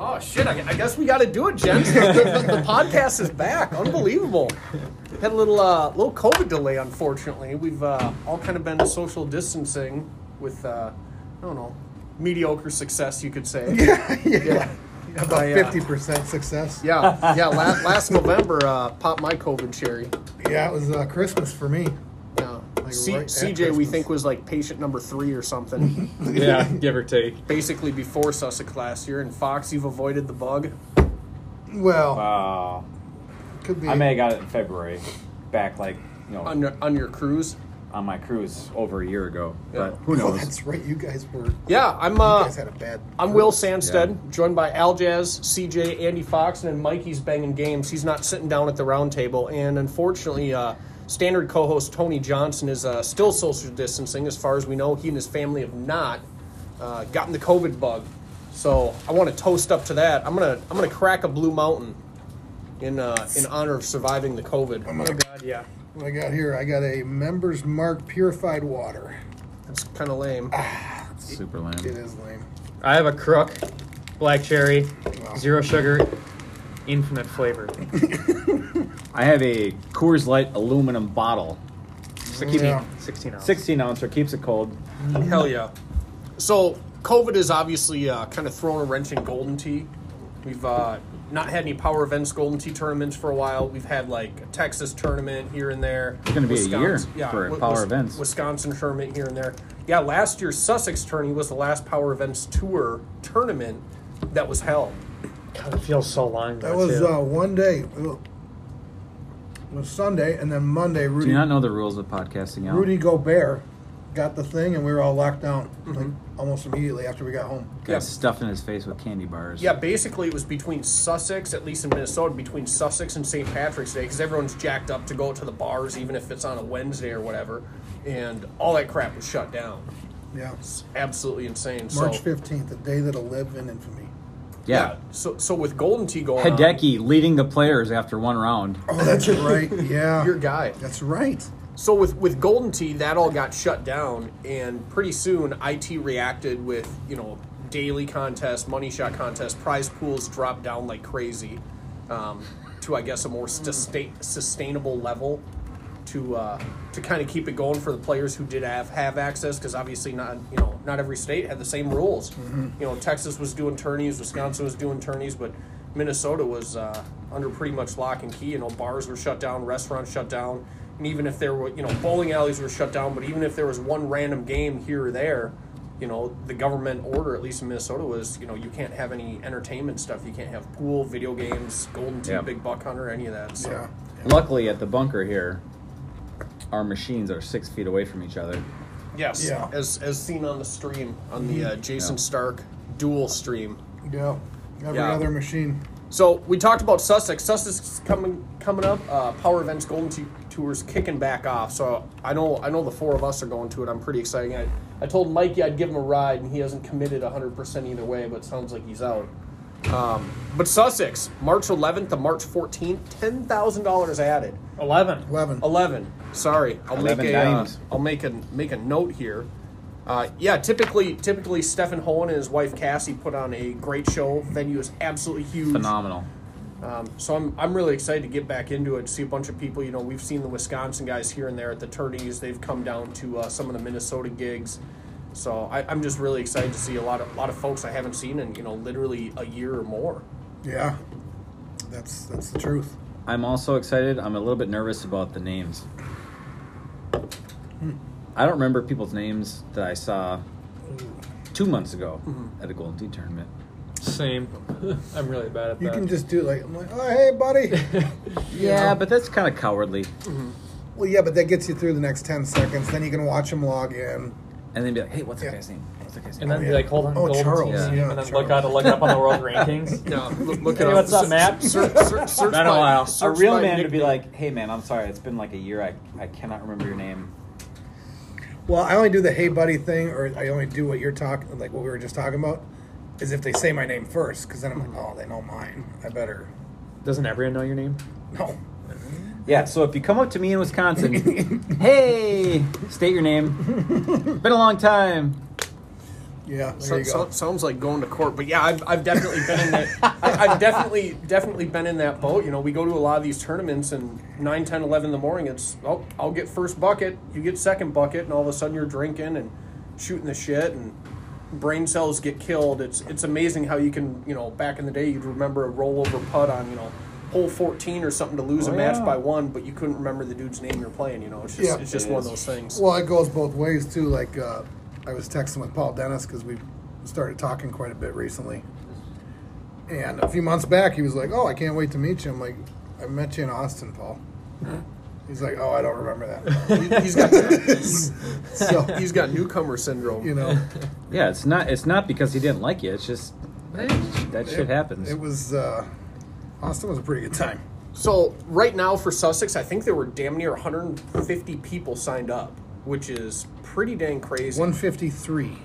Oh, I, I guess we got to do it, gents. The, the- the podcast is back. Unbelievable. Had a little uh, little COVID delay, unfortunately. We've uh, all kind of been social distancing with uh, I don't know mediocre success, you could say. yeah, yeah. About I, uh, fifty percent success. yeah. yeah, La- last November, uh, popped my COVID cherry. yeah, it was uh, Christmas for me. Yeah. Like C- right at CJ, we Christmas. think was like patient number three or something. yeah, give or take. Mm-hmm. Basically, before Sussex last year, and Fox, you've avoided the bug. Well, Wow. could be. Uh, I may have got it in February, back like you know on your, on your cruise. on my cruise over a year ago. Yeah. But who Oh, knows? that's right. You guys were. Yeah, I'm. You Uh, guys had a bad. I'm Will Sandstead, joined by Al Jazz, CJ, Andy Fox, and then Mikey's banging games. He's not sitting down at the round table, and unfortunately, uh, standard co-host Tony Johnson is uh, still social distancing. As far as we know, he and his family have not uh, gotten the COVID bug. So I want to toast up to that. I'm gonna I'm gonna crack a Blue Mountain in uh, in honor of surviving the COVID. Oh my God, yeah, What I got here, I got a members mark purified water. that's kind of lame. Super It lame. is lame. I have a crook, black cherry, Wow. zero sugar, infinite flavor. I have a Coors Light aluminum bottle, 16, Yeah. 16 ounce. 16 ouncer, keeps it cold. Hell yeah. So, COVID is obviously uh, kind of thrown a wrench in Golden Tee. We've uh, not had any Power Events Golden Tee tournaments for a while. We've had like a Texas tournament here and there. It's gonna be a year for Power Events. Wisconsin tournament here and there. Yeah, last year's Sussex tourney was the last Power Events Tour tournament that was held. God, it feels so long. ago, That was too. uh, one day. It was Sunday, and then Monday, Do you Rudy not know the rules of podcasting, Al? Rudy Gobert got the thing, and we were all locked down like Mm-hmm. almost immediately after we got home. Got stuffed in his face with candy bars. Yeah, basically it was between Sussex, at least in Minnesota, between Sussex and St. Patrick's Day, because everyone's jacked up to go to the bars, even if it's on a Wednesday or whatever, and all that crap was shut down. Yeah, It's absolutely insane. March so, fifteenth, the day that'll live in infamy. Yeah. So, so with Golden Tee going on, Hideki leading the players after one round. Oh, that's right. Yeah, your guy. that's right. So with with Golden Tee, that all got shut down, and pretty soon IT reacted with you know daily contest, money shot contest, prize pools dropped down like crazy, um, to I guess a more sustain, sustainable level, to uh, to kind of keep it going for the players who did have have access, because obviously not you know not every state had the same rules. You know Texas was doing tourneys, Wisconsin was doing tourneys, but Minnesota was uh, under pretty much lock and key. You know, bars were shut down, restaurants shut down, and even if there were, you know, bowling alleys were shut down. But even if there was one random game here or there, you know, the government order, at least in Minnesota, was you know you can't have any entertainment stuff. You can't have pool, video games, golden tee, Yeah. big buck hunter, any of that. So. Yeah. Luckily, at the bunker here, our machines are six feet away from each other. Yes. Yeah. As as seen on the stream on the uh, Mm-hmm. Jason Yeah. Stark dual stream. Yeah. Every Yeah. other machine. So we talked about Sussex. Sussex is coming coming up. Uh, Power Events Golden T- Tours kicking back off. So I know I know the four of us are going to it. I'm pretty excited. I, I told Mikey I'd give him a ride, and he hasn't committed 100 percent either way, but it sounds like he's out. Um, but Sussex, March 11th to March 14th, ten thousand dollars added. 11. Eleven. 11. Sorry, I'll 11 make a uh, dimes. I'll make a make a note here. Uh, yeah, typically typically Stefan Hohen and his wife Cassie put on a great show. Venue is absolutely huge. Phenomenal. Um, so I'm I'm really excited to get back into it. See a bunch of people. You know, we've seen the Wisconsin guys here and there at the tourneys. They've come down to uh, some of the Minnesota gigs. So I, I'm just really excited to see a lot of lot of folks I haven't seen in you know literally a year or more. Yeah. That's that's the truth. I'm also excited. I'm a little bit nervous about the names. I don't remember people's names that I saw two months ago at a Golden Tee tournament. Same. I'm really bad at that. You can just do it like I'm like, oh hey buddy. Yeah, but that's kind of cowardly. well, yeah, but that gets you through the next ten seconds. Then you can watch them log in. And then be like, hey, what's Yeah. that guy's name? What's that guy's name? and then Oh, yeah. be like, hold on, Oh, golden Charles, team, yeah, and then Charles. look out, look up on the world rankings. Yeah, look, look Hey, what's up, Matt? Search, search, search Been a by- while. A search real by man would be nickname. like, hey, man, I'm sorry. It's been like a year. I, I cannot remember your name. Well, I only do the hey buddy thing, or I only do what you're talking, like what we were just talking about, is if they say my name first, because then I'm Hmm. like, oh, they know mine. I better Doesn't everyone know your name? no. Yeah, so if you come up to me in Wisconsin, hey, state your name. Been a long time. Yeah, there So, you go. so, sounds like going to court, but yeah, I've, I've definitely been in that. I, I've definitely definitely been in that boat. You know, we go to a lot of these tournaments, and 9, 10, 11 in the morning, it's oh, I'll get first bucket, you get second bucket, and all of a sudden you're drinking and shooting the shit, and brain cells get killed. It's it's amazing how you can you know back in the day you'd remember a rollover putt on you know hole 14 or something to lose a Oh, match yeah. by one, but you couldn't remember the dude's name you're playing. You know, it's just Yeah. it's just one of those things. Well, it goes both ways too. Like uh, I was texting with Paul Dennis because we started talking quite a bit recently, and a few months back he was like, "Oh, I can't wait to meet you." I'm like, "I met you in Austin, Paul." He's like, "Oh, I don't remember that." He- he's got he's, so he's got newcomer syndrome. you know, Yeah, it's not. It's not because he didn't like you. It's just that, that shit happens. it was uh, Austin was a pretty good time. So right now for Sussex, I think there were damn near 150 people signed up, which is pretty dang crazy. 153.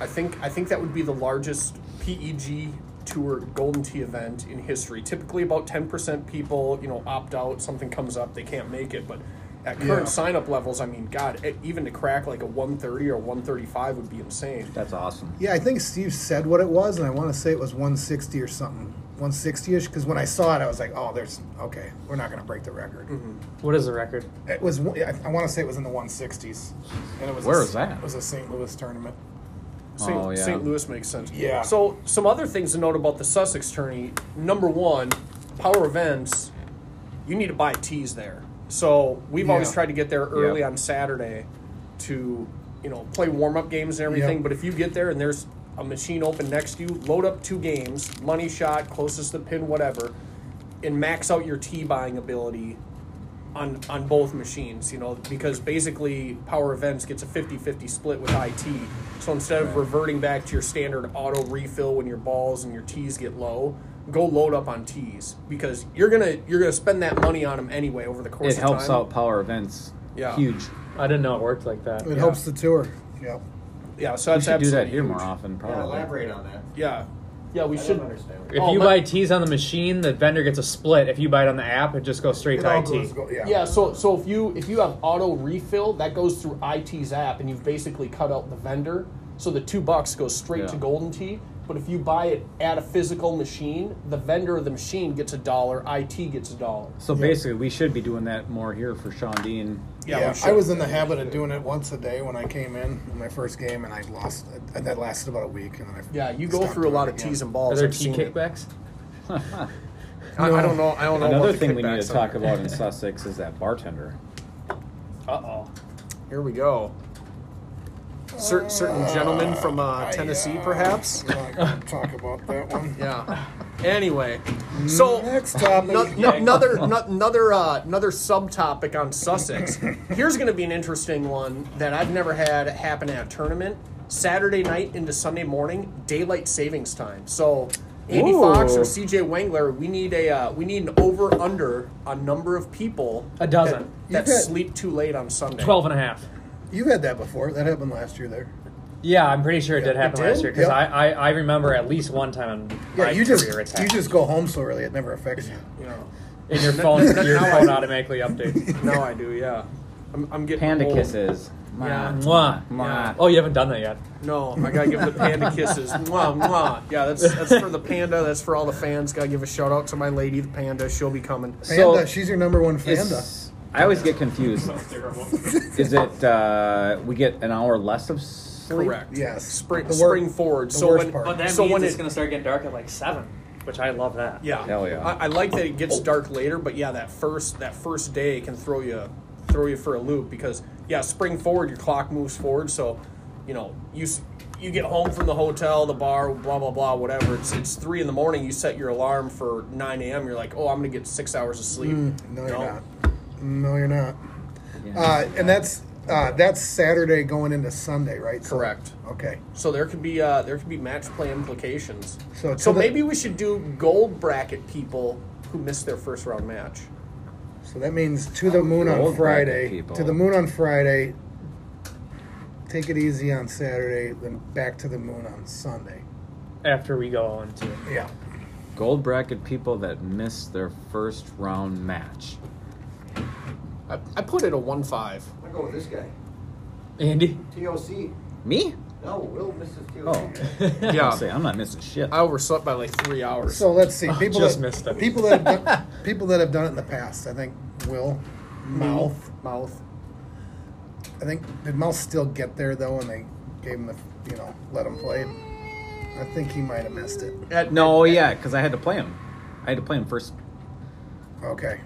I think I think that would be the largest PEG tour Golden Tee event in history. Typically, about 10% people, you know, opt out. Something comes up, they can't make it. But at current Yeah. sign up levels, I mean, God, e- even to crack like a 130 or 135 would be insane. That's awesome. Yeah, I think Steve said what it was, and I want to say it was 160 or something, 160 ish. Because when I saw it, I was like, "Oh, there's okay, we're not going to break the record." What is the record? It was. I, I want to say it was in the 160s, and it was. Where a, was that? It was a St. Louis tournament. St. Oh, yeah. St. Louis makes sense. Yeah. So some other things to note about the Sussex tourney. Number one, power events, you need to buy tees there. So we've always Yeah. tried to get there early Yep. on Saturday to, you know, play warm up games and everything. Yep. But if you get there and there's a machine open next to you, load up two games, money shot, closest to the pin, whatever, and max out your tee buying ability on on both machines, you know, because basically Power Events gets a 50-50 split with IT. So instead of reverting back to your standard auto refill when your balls and your tees get low, go load up on tees because you're gonna you're gonna spend that money on them anyway over the course. It of helps time. out power events. Yeah. Huge. I didn't know it worked like that. It helps the tour. Yep. Yeah, so We that's should do absolutely that here huge. more often. Yeah, Probably. elaborate on that. Yeah, yeah, we I should. don't understand. If Oh, you but- buy tees on the machine, the vendor gets a split. If you buy it on the app, it just goes straight It to all IT. goes- go- yeah. Yeah, so so if you if you have auto refill, that goes through IT's app, and you've basically cut out the vendor. So the two bucks goes straight to Yeah. Golden Tee. But if you buy it at a physical machine, the vendor of the machine gets a dollar. IT gets a dollar. So basically, we should be doing that more here for Sean Dean. Yeah, Yeah, we should. I was in the habit of doing it once a day when I came in in my first game, and I lost. And that lasted about a week, and then I Yeah, you go stopped through a doing lot it of again. tees and Are balls. there I've tea seen it. kickbacks? I, I don't know. I don't know. Another about the thing we need kickbacks to on talk it. about in Sussex is that bartender. Uh oh. Here we go. Cer- certain gentleman from Oh, uh, Tennessee, I, uh, perhaps. we're not gonna talk about that one. Yeah. Anyway, so Next topic. No, no, another no, another uh, another subtopic on Sussex. Here's going to be an interesting one that I've never had happen at a tournament. Saturday night into Sunday morning, daylight savings time. So, Andy Ooh. Fox or CJ Wengler, we need a uh, we need an over under on number of people A dozen. that, that You've had- sleep too late on Sunday. 12 and a half. You've had that before. That happened last year there. Yeah, I'm pretty sure it did it happen did? last year because Yeah. I, I, I remember at least one time in Yeah, my you just career it's you happened. just go home so early it never affects you. You know, and your phone your phone automatically updates. now I do. Yeah, I'm, I'm getting Panda old. kisses. Oh. Yeah. Mwah. Mwah. Oh, you haven't done that yet. No, I gotta give the panda kisses. Mwah, mwah. Yeah, that's that's for the panda. That's for all the fans. Gotta give a shout out to my lady, the panda. She'll be coming. So- Fanda, she's your number one fanda. Is- I always get confused. is it uh, we get an hour less of sleep? Correct. Yes. Spring The wor- spring forward. the So worst when part. But that So means when it's it- to gonna start getting dark at like 7, which I love that. yeah, Hell yeah. I, I like that it gets dark later, but yeah, that first that first day can throw you throw you for a loop because yeah, spring forward, your clock moves forward. So you know you s- you get home from the hotel, the bar, blah blah blah, whatever. It's it's three in the morning. You set your alarm for nine a.m. You're like, oh, I'm gonna get six hours of sleep. No, you're not. No, you're not. Yeah. Uh, and that's uh, that's Saturday going into Sunday, right? So- Correct. okay. So there could be uh, there could be match play implications. So So, to the- maybe we should do gold bracket people who missed their first round match. So that means to the moon on Old bracket Friday. people. To the moon on Friday. Take it easy on Saturday, then back to the moon on Sunday. After we go on to. Yeah. Gold bracket people that missed their first round match. I, I put it a one five. I'll go with this guy. Andy? TLC. Me? No, we'll miss a few. Oh. I Yeah, say, I'm not missing shit. I overslept by like three hours. So let's see. People just that, missed it. People that have done, people that have done it in the past. I think Will, Mouth, Mouth. I think did Mouth still get there though, and they gave him the you know let him play. I think he might have missed it. at, no, yeah, because I had to play him. I had to play him first. Okay.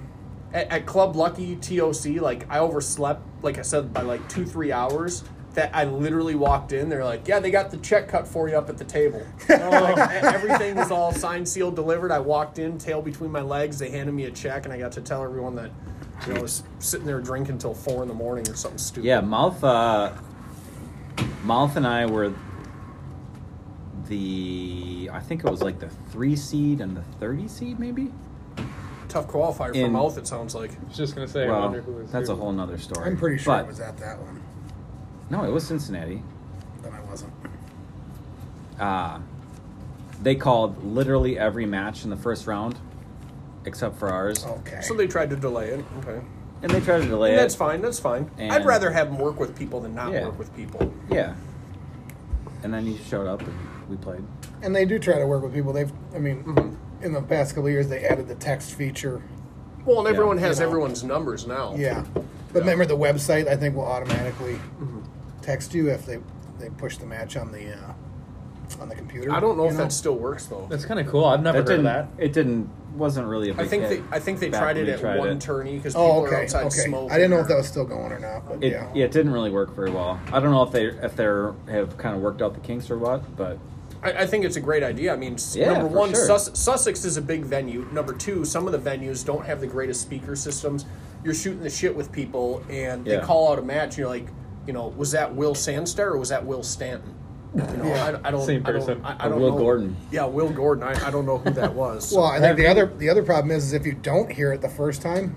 at, at Club Lucky TOC, like I overslept, like I said, by like two three hours. That I literally walked in, they're like, "Yeah, they got the check cut for you up at the table." Like, e- everything was all signed, sealed, delivered. I walked in, tail between my legs. They handed me a check, and I got to tell everyone that you know, I was sitting there drinking till four in the morning or something stupid. Yeah, Mouth, uh, Mouth and I were the, I think it was like the three seed and the 30 seed, maybe? tough qualifier for In- mouth. It sounds like I was just gonna say, I well, wonder who was that's who. a whole nother story. I'm pretty sure I But- was at that one. No, it was Cincinnati. Then I wasn't. uh, they called literally every match in the first round, except for ours, Okay. so. They tried to delay it. Okay, and they tried to delay that's it. fine. That's fine. I'd And- rather have them work with people than not Yeah. work with people. Yeah, and then he showed up and we played. and they do try to work with people. They've. I mean, Mm-hmm. in the past couple of years, they added the text feature. Well, and everyone you has know. everyone's numbers now. Yeah. But remember, the website I think will automatically Mm-hmm. text you if they they push the match on the uh, on the computer. I don't know you if that still works though. That's kind of cool. I've never That heard didn't. of that. It didn't. Wasn't really a big. I think they hit I think they back tried when it we at tried one it. tourney because people Oh, were okay. outside Okay. smoking. I didn't know if that was still going or not, but It, yeah. yeah, it didn't really work very well. I don't know if they if they are have kind of worked out the kinks or what, but I, I think it's a great idea. I mean, s- Yeah, number for one, sure. Sus- Sussex is a big venue. Number two, some of the venues don't have the greatest speaker systems. You're shooting the shit with people, and Yeah. they call out a match. And you're like, you know, was that Will Sandstar or was that Will Stanton? You know, I, I don't. Same I don't- person. I, I Or don't Will know. Gordon. Yeah, Will Gordon. I, I don't know who that was. Well, I think the other the other problem is, is if you don't hear it the first time,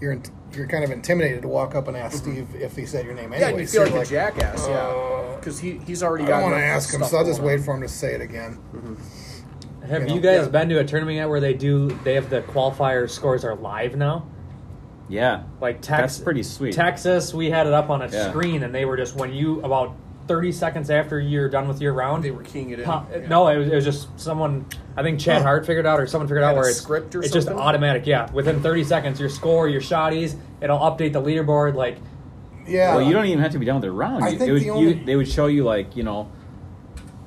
you're in, you're kind of intimidated to walk up and ask Steve if he said your name Mm-hmm. yeah, anyway. and you So feel like, you're a jackass. Yeah, uh, because he he's already I got. don't want to enough ask him, stuff so I'll just going wait on. for him to say it again. Mm-hmm. Have You know, you, guys yeah. been to a tournament yet where they do? They have the qualifier scores are live now. yeah, Like Texas, That's pretty sweet. Texas, we had it up on a Yeah. screen, and they were just when you about thirty seconds after you're done with your round, They were keying it in. Pop- Yeah. Oh. No, it was, it was just someone. I think Chad Hart figured out, or someone figured Had out a where it's script or it's just something? automatic. Yeah, within 30 seconds, your score, your shotties, it'll update the leaderboard. Like, Yeah. Well, you don't even have to be done with the round. I You- think it would- the you- only- they would show you like you know,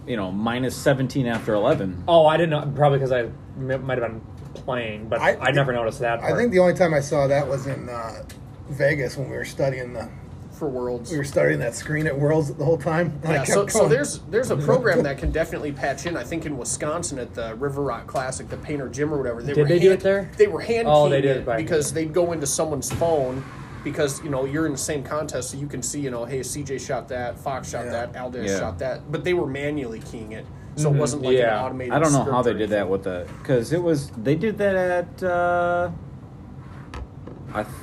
you know minus seventeen after eleven. oh, I didn't know, probably because I m- might have been playing, but I- I, never noticed that. I part. think the only time I saw that was in uh, Vegas when we were studying the for worlds. we were studying that screen at Worlds the whole time. and I Yeah, kept so, so going, there's there's a program that can definitely patch in. I think in Wisconsin at the River Rock Classic, the Painter Gym or whatever. They Did were they hand, do it there? They were hand Oh, keying they did it it back because then. they'd go into someone's phone because you know you're in the same contest, so you can see you know hey CJ shot that, Fox shot Yeah. that, Aldez Yeah. shot that, but they were manually keying it, so it wasn't like Mm-hmm. yeah. an automated. I don't know script how or they did that with the because it was they did that at uh, I th-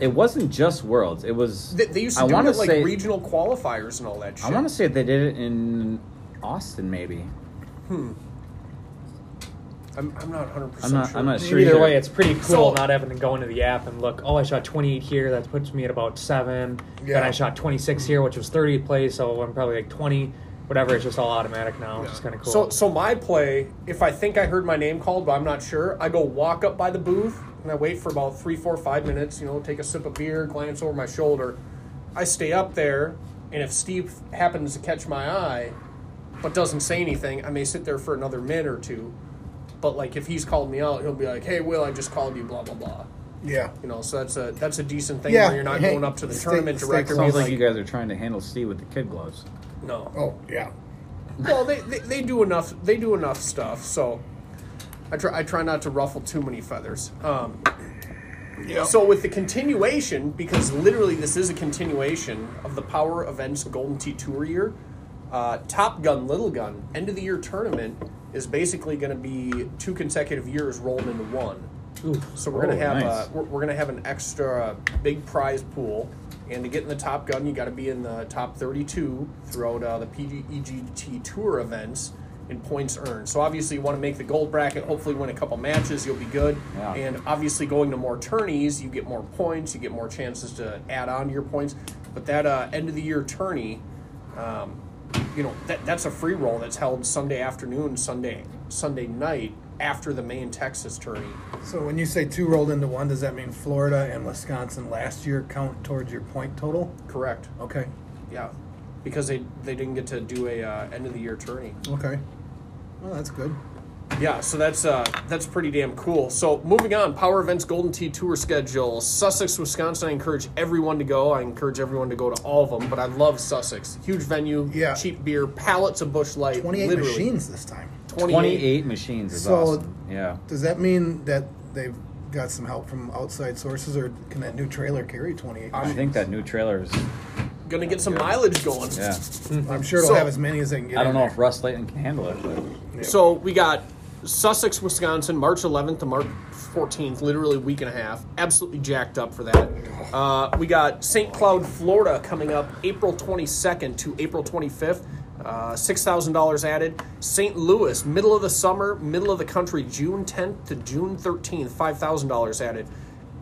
it wasn't just Worlds. It was anything. They, they used to I do wanna it, like say, regional qualifiers and all that. shit. I want to say they did it in Austin, maybe. I'm, I'm not 100 I'm percent not. sure. I'm not sure. Either, either. way, it's pretty cool So- not having to go into the app and look. Oh, I shot 28 here. That puts me at about seven. Yeah. Then I shot 26 here, which was 30th place. So I'm probably like 20, whatever. It's just all automatic now, which is kind of cool. So, so my play, if I think I heard my name called, but I'm not sure, I go walk up by the booth and I wait for about three, four, five minutes. You know, take a sip of beer, glance over my shoulder. I stay up there, and if Steve happens to catch my eye, but doesn't say anything, I may sit there for another minute or two. But like, if he's called me out, he'll be like, "Hey, Will, I just called you," blah blah blah. yeah. You know, so that's a that's a decent thing Yeah, where you're not hey, going up to the stay- tournament stay director. and close. sounds being like you guys are trying to handle Steve with the kid gloves. no, Oh yeah. well they, they, they do enough they do enough stuff so i try, I try not to ruffle too many feathers um, Yeah. so with the continuation because literally this is a continuation of the power events golden tee tour year uh, top gun little gun end of the year tournament is basically going to be two consecutive years rolled into one Ooh. so we're gonna Oh, have nice. uh, we're, we're gonna have an extra big prize pool, and to get in the Top Gun, you got to be in the top 32 throughout uh, the PGEGT Tour events in points earned. So obviously, you want to make the gold bracket. Hopefully, win a couple matches, you'll be good. Yeah. And obviously, going to more tourneys, you get more points, you get more chances to add on to your points. But that uh, end of the year tourney. Um, you know that that's a free roll that's held Sunday afternoon, Sunday Sunday night after the main Texas tourney. So when you say two rolled into one, does that mean Florida and Wisconsin last year count towards your point total? Correct. Okay. Yeah, because they they didn't get to do a uh, end of the year tourney. Okay. Well, that's good. Yeah, so that's uh, that's pretty damn cool. So moving on, Power Events Golden Tee Tour schedule. Sussex, Wisconsin. I encourage everyone to go. I encourage everyone to go to all of them. But I love Sussex. Huge venue. Yeah. Cheap beer. Pallets of Bush Light. 28 literally. machines this time. 28. 28 machines is So- awesome. Yeah. Does that mean that they've got some help from outside sources, or can that new trailer carry 28 I machines? think that new trailer is. Gonna get some mileage going. Yeah. I'm sure it'll So- have as many as they can get. I don't in know there. if Russ Layton can handle it, but So we got Sussex, Wisconsin, March 11th to March 14th, literally a week and a half. Absolutely jacked up for that. Uh, we got St. Cloud, Florida coming up April 22nd to April 25th. Uh, $6,000 added. St. Louis, middle of the summer, middle of the country, June 10th to June 13th, $5,000 added.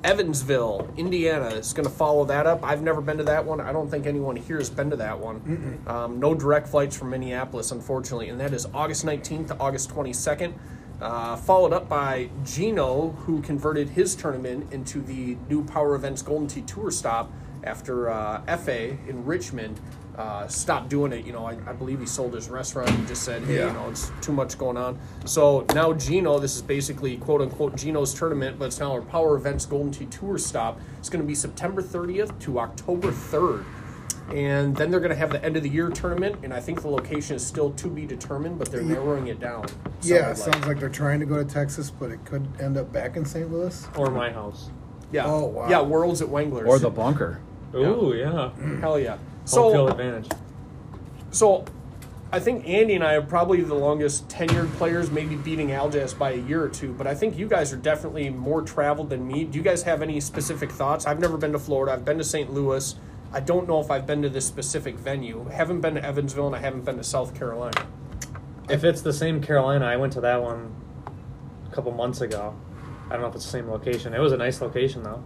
Evansville, Indiana is going to follow that up. I've never been to that one. I don't think anyone here has been to that one. Um, no direct flights from Minneapolis, unfortunately, and that is August 19th to August 22nd. Uh, followed up by Gino, who converted his tournament into the new Power Events Golden Tee Tour stop after uh, FA in Richmond uh, stopped doing it. You know, I, I believe he sold his restaurant. He just said, hey, Yeah. you know, it's too much going on. So now Gino, this is basically quote unquote Gino's tournament, but it's now our Power Events Golden Tee Tour stop. It's going to be September 30th to October 3rd. And then they're going to have the end of the year tournament, and I think the location is still to be determined, but they're narrowing it down. Yeah, sounded like. sounds like they're trying to go to Texas, but it could end up back in St. Louis. Or my house. yeah, Oh, wow. yeah, Worlds at Wangler's or the bunker. Ooh, yeah. hell yeah. So, So, field advantage. so I think Andy and I are probably the longest tenured players, maybe beating Aljas by a year or two. But I think you guys are definitely more traveled than me. Do you guys have any specific thoughts? I've never been to Florida. I've been to St. Louis. I don't know if I've been to this specific venue. haven't been to Evansville, and I haven't been to South Carolina. If it's the same Carolina, I went to that one a couple months ago. I don't know if it's the same location. It was a nice location though.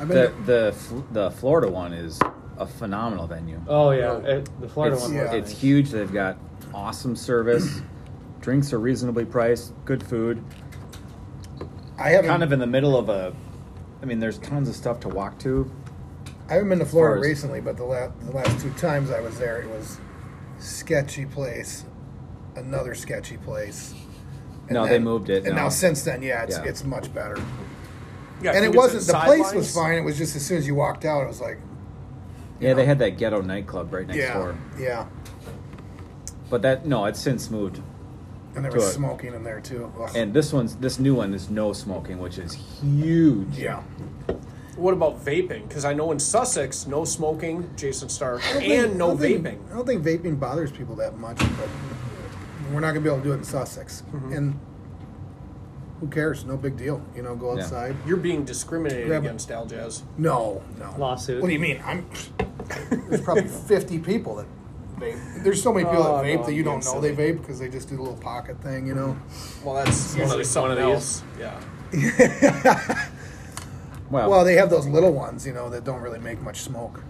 I've been The to- the F- the Florida one is a phenomenal venue. Oh yeah, it, the Florida it's, one. yeah. was it's nice. huge. They've got awesome service. Drinks are reasonably priced. Good food. I haven't Kind of in the middle of a. I mean, there's tons of stuff to walk to. I haven't been to Florida Florida's- recently, but the last the last two times I was there, it was sketchy place, another sketchy place. And No, they moved it And now. now since then, yeah, it's Yeah. it's much better. Yeah, I and think it it's wasn't at the place was Sidelines. fine. It was just as soon as you walked out, it was like Yeah, they had that ghetto nightclub right next yeah, door. yeah. But that no, it's since moved. And there To was it. smoking in there too. Ugh. And this one's this new one is no smoking, which is huge. yeah, What about vaping? Because I know in Sussex, no smoking, Jason Stark, I don't and think- I no don't think- vaping. I don't think vaping bothers people that much, but we're not gonna be able to do it in Sussex. Mm-hmm. And who cares? No big deal. You know, go Yeah. outside. You're being discriminated Yeah, but- against, Al Jazz. No, no. Lawsuit. What do you mean? I'm. There's probably 50 people that vape. There's so many people Oh, that vape no, that you I'm don't being know they vape because they just do the little pocket thing, you know. Well, that's One usually of these- one something of else. Yeah. Wow. Well, they have those little ones, you know, that don't really make much smoke.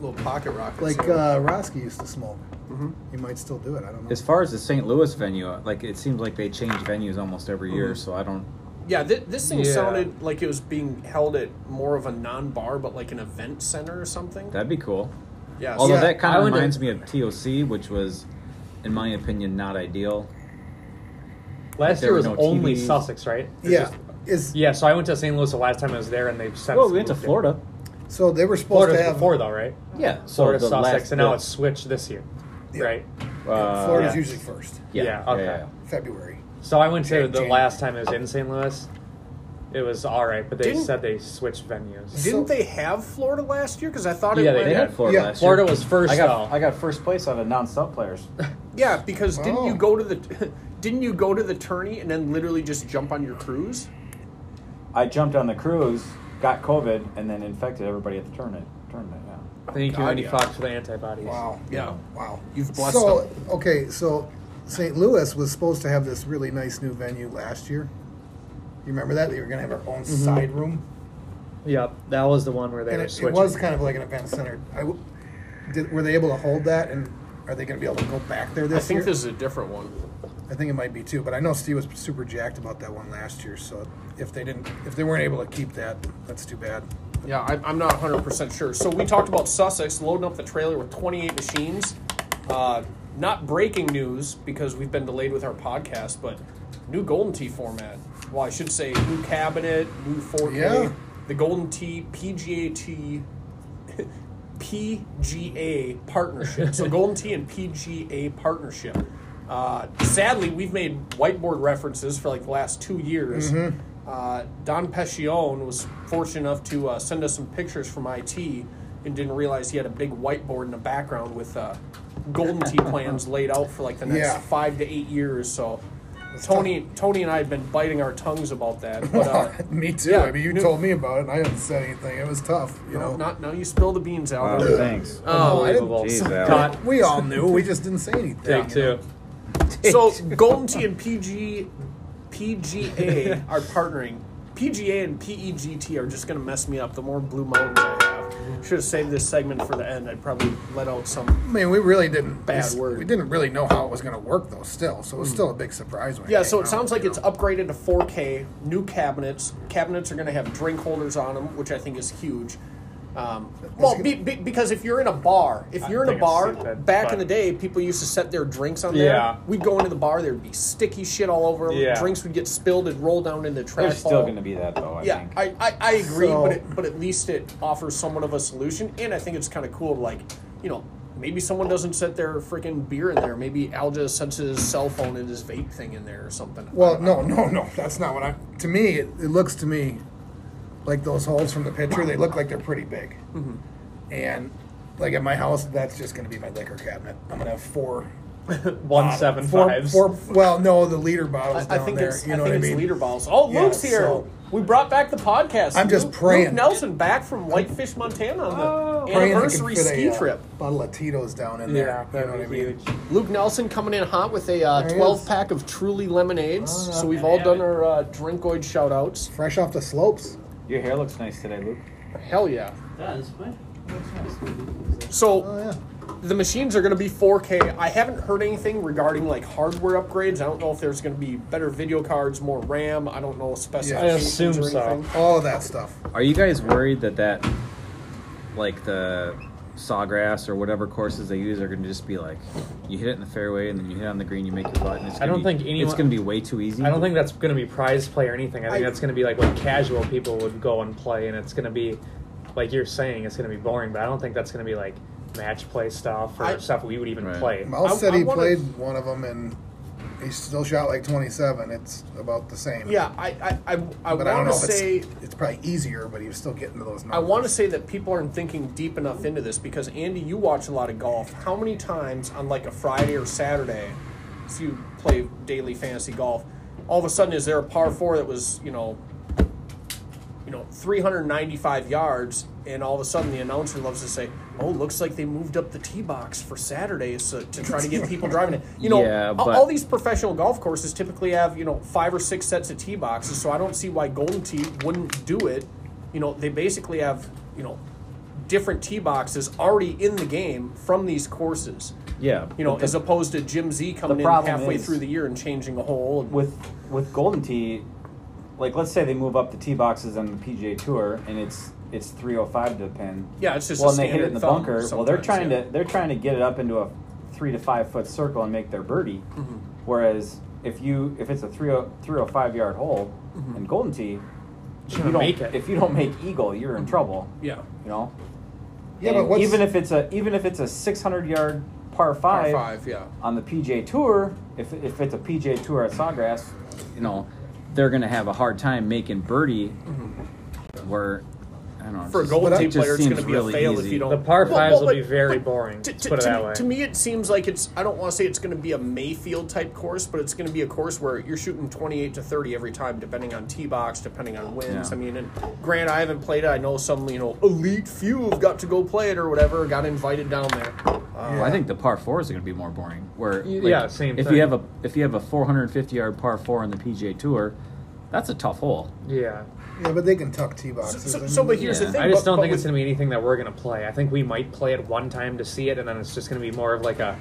Little pocket rockets. Like yeah. uh, Roski used to smoke. Mm-hmm. He might still do it. I don't know. as far as the St. Louis venue, like it seems like they change venues almost every Mm-hmm. year. So I don't. Yeah, th- this thing Yeah. sounded like it was being held at more of a non-bar, but like an event center or something. That'd be cool. yeah, so- Although Yeah, that kind I of would- reminds me of TOC, which was, in my opinion, not ideal. Last There year were was no only TVs. Sussex, right? It's yeah. just- Is yeah. So I went to St. Louis the last time I was there, and they've since. Well, we went to moved it. Florida. so they were supposed Florida's to have before though, right? Yeah, so Florida the Sussex, last- and now the- it's switched this year, Yeah. right? Uh, Florida's yeah. usually first yeah, yeah, yeah, okay. yeah, February. So I went to the January. last time I was in St. Louis. It was all right, but they Didn't- said they switched venues. didn't they have Florida last year? Because I thought it Yeah, they yeah. went, They had Florida Yeah. last year. Florida was first I got, though. I got first place on the non-sub players. yeah. Because didn't you Oh. go to the didn't you go to the tourney and then literally just jump on your cruise? I jumped on the cruise, got COVID, and then infected everybody at the tournament. Tournament, yeah. Thank you, God, Andy yeah. Fox, for the antibodies. Wow. Yeah, Wow. You've blessed so, Okay, so St. Louis was supposed to have this really nice new venue last year. You remember that? They were going to have our own side room. Mm-hmm. Yep, that was the one where they And were it, switching. it was kind of like an event center. I w- did, were they able to hold that and Are they going to be able to go back there I this think year? this is a different one. I think it might be too, but I know Steve was super jacked about that one last year. So if they didn't, if they weren't able to keep that, that's too bad. Yeah, I, I'm not 100% sure. So we talked about Sussex loading up the trailer with 28 machines. Uh, not breaking news because we've been delayed with our podcast, but new Golden Tee format. Well, I should say new cabinet, new 4K. Yeah. The Golden Tee PGA T PGA partnership. So Golden Tee and PGA partnership. Uh, sadly, we've made whiteboard references for like the last two years. Uh, Don Pescione was fortunate enough to uh, send us some pictures from IT and didn't realize he had a big whiteboard in the background with uh, Golden Tee plans laid out for like the next Yeah. five to eight years. So Tony, Tony, and I have been biting our tongues about that. But, uh, me too. yeah, I mean, you no- told me about it, and I haven't said anything. It was tough, you know. Oh, Not now. You spill the beans out. Wow, thanks. Oh, I didn't- Unbelievable. Jeez, Cut. Alex. we all knew. We just didn't say anything. Take you know? two. So Golden Tee and PG, PGA are partnering. PGA and PEGT are just going to mess me up. The more Blue Mountains I have, should have saved this segment for the end. I'd probably let out I some. mean, we really didn't. Bad we s- word. Hmm. We didn't really know how it was going to work though. Still, so it was still a big surprise. When Yeah, came so it out, sounds like you it's know. upgraded to 4K, new cabinets. Cabinets are going to have drink holders on them, which I think is huge. Um, well, be, be, because if you're in a bar, if you're in a think it's bar, stupid, back in but- the day, people used to set their drinks on there. Yeah. We'd go into the bar, there'd be sticky shit all over them. Yeah. Drinks would get spilled and roll down into the trash. There's still ball. going to be that though. I Yeah, think. I, I, I agree, So- but it, but at least it offers somewhat of a solution, and I think it's kind of cool. to, Like, you know, maybe someone doesn't set their freaking beer in there. Maybe Al just sets his cell phone and his vape thing in there or something. Well, no, no, no. That's not what I. To me, it, it looks to me like those holes from the picture. They look like they're pretty big. Mm-hmm. And like at my house, that's just going to be my liquor cabinet. I'm going to have four. One seven four- fives. four- well, no, the liter bottles I, I down think there. it's you I know think what I it's mean? leader balls. Oh, Yeah, Luke's here. so- we brought back the podcast. I'm just Luke- Luke praying. Oh. Nelson back from Whitefish, Montana on the Praying I can anniversary fit ski a, uh, trip. bottle of Tito's down in Yeah, there. you know what I that'd be mean? huge. Luke Nelson coming in hot with a There uh, he is. 12 pack of Truly lemonades. Oh, so we've I all have done it. our uh, drinkoid shout outs. Fresh off the slopes. Your hair looks nice today, Luke. Hell yeah. Does what? So Oh yeah. the machines are going to be 4K. I haven't heard anything regarding like hardware upgrades. I don't know if there's going to be better video cards, more RAM. I don't know specifications. I assume or so. anything. All of that stuff. Are you guys worried that that, like the sawgrass or whatever courses they use, are going to just be like, you hit it in the fairway and then you hit it on the green, you make your putt. And it's I gonna don't be- think anyone- it's going to be way too easy. I don't think that's going to be prize play or anything. I think I- that's going to be like what casual people would go and play, and it's going to be, like you're saying, it's going to be boring. But I don't think that's going to be like match play stuff or I- stuff we would even Right. play. I- Mouse said I he wanna- played one of them and he still shot like 27. It's about the same. Yeah, I I, I, I but I want don't know to if it's- say it's, probably easier, but he was still getting to those numbers. I want to say that people aren't thinking deep enough into this because Andy, you watch a lot of golf. How many times on like a Friday or Saturday, if you play daily fantasy golf, all of a sudden is there a par four that was you know, you know, 395 yards, and all of a sudden the announcer loves to say, "Oh, looks like they moved up the tee box for Saturday so, to try to get people driving it." You know, Yeah, all- but- all these professional golf courses typically have you know five or six sets of tee boxes, so I don't see why Golden Tee wouldn't do it. You know, they basically have you know different tee boxes already in the game from these courses. Yeah. You know, but the- as opposed to Jim Z coming in problem halfway is- through the year and changing a hole. And, with with Golden Tee, like let's say they move up the tee boxes on the PGA Tour and it's it's 305 to the pin. Yeah, it's just a well, and they hit standard it in the thumb bunker. Well, they're sometimes, trying yeah. to they're trying to get it up into a three to five foot circle and make their birdie. Mm-hmm. Whereas if you if it's a oh, 30 305 yard hole Mm-hmm. in Golden Tee, if you gonna don't make it. if you don't make eagle, you're in trouble. Mm-hmm. yeah. You know. Yeah, And but what's, even if it's a even if it's a 600 yard Par par five, five, yeah. on the PJ Tour, if, if it's a PJ Tour at Sawgrass, you know, they're going to have a hard time making birdie Mm-hmm. where, I don't know. it For a just- Golden it Tee just player, it's seems going to be really a fail if easy. you don't. The par Well, fives well, will but- be very but boring. To, Let's to- put it to that me- way. to me, it seems like it's. I don't want to say it's going to be a Mayfield type course, but it's going to be a course where you're shooting 28 to 30 every time, depending on tee box, depending on winds. Yeah. I mean, and Grant, I haven't played it. I know some, you know, elite few have got to go play it or whatever, got invited down there. Uh, Well, I think the par fours are going to be more boring. Where Y- like, yeah, same If thing. you have a if you have a 450 yard par four on the PGA Tour, That's a tough hole. Yeah. Yeah, but they can tuck tee So, boxes. so, I so mean, but here's Yeah. the thing. I just but- don't but think it's with- going to be anything that we're going to play. I think we might play it one time to see it, and then it's just going to be more of like a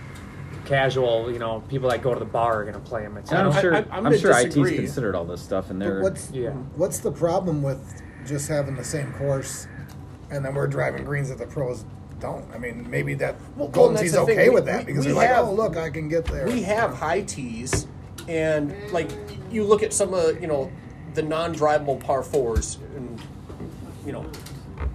casual, you know, people that go to the bar are going to play them. It's, And I'm I don't- sure. I- I, I'm am gonna sure disagree. IT's considered all this stuff, and But they're what's Yeah. what's the problem with just having the same course, and then we're driving greens that the pros don't? I mean, maybe that Well, well, Golden that's Tee's the thing. okay with We- that because we they're have- like, oh look, I can get there. we have high tees, and like you look at some of you know the non-drivable par fours and you know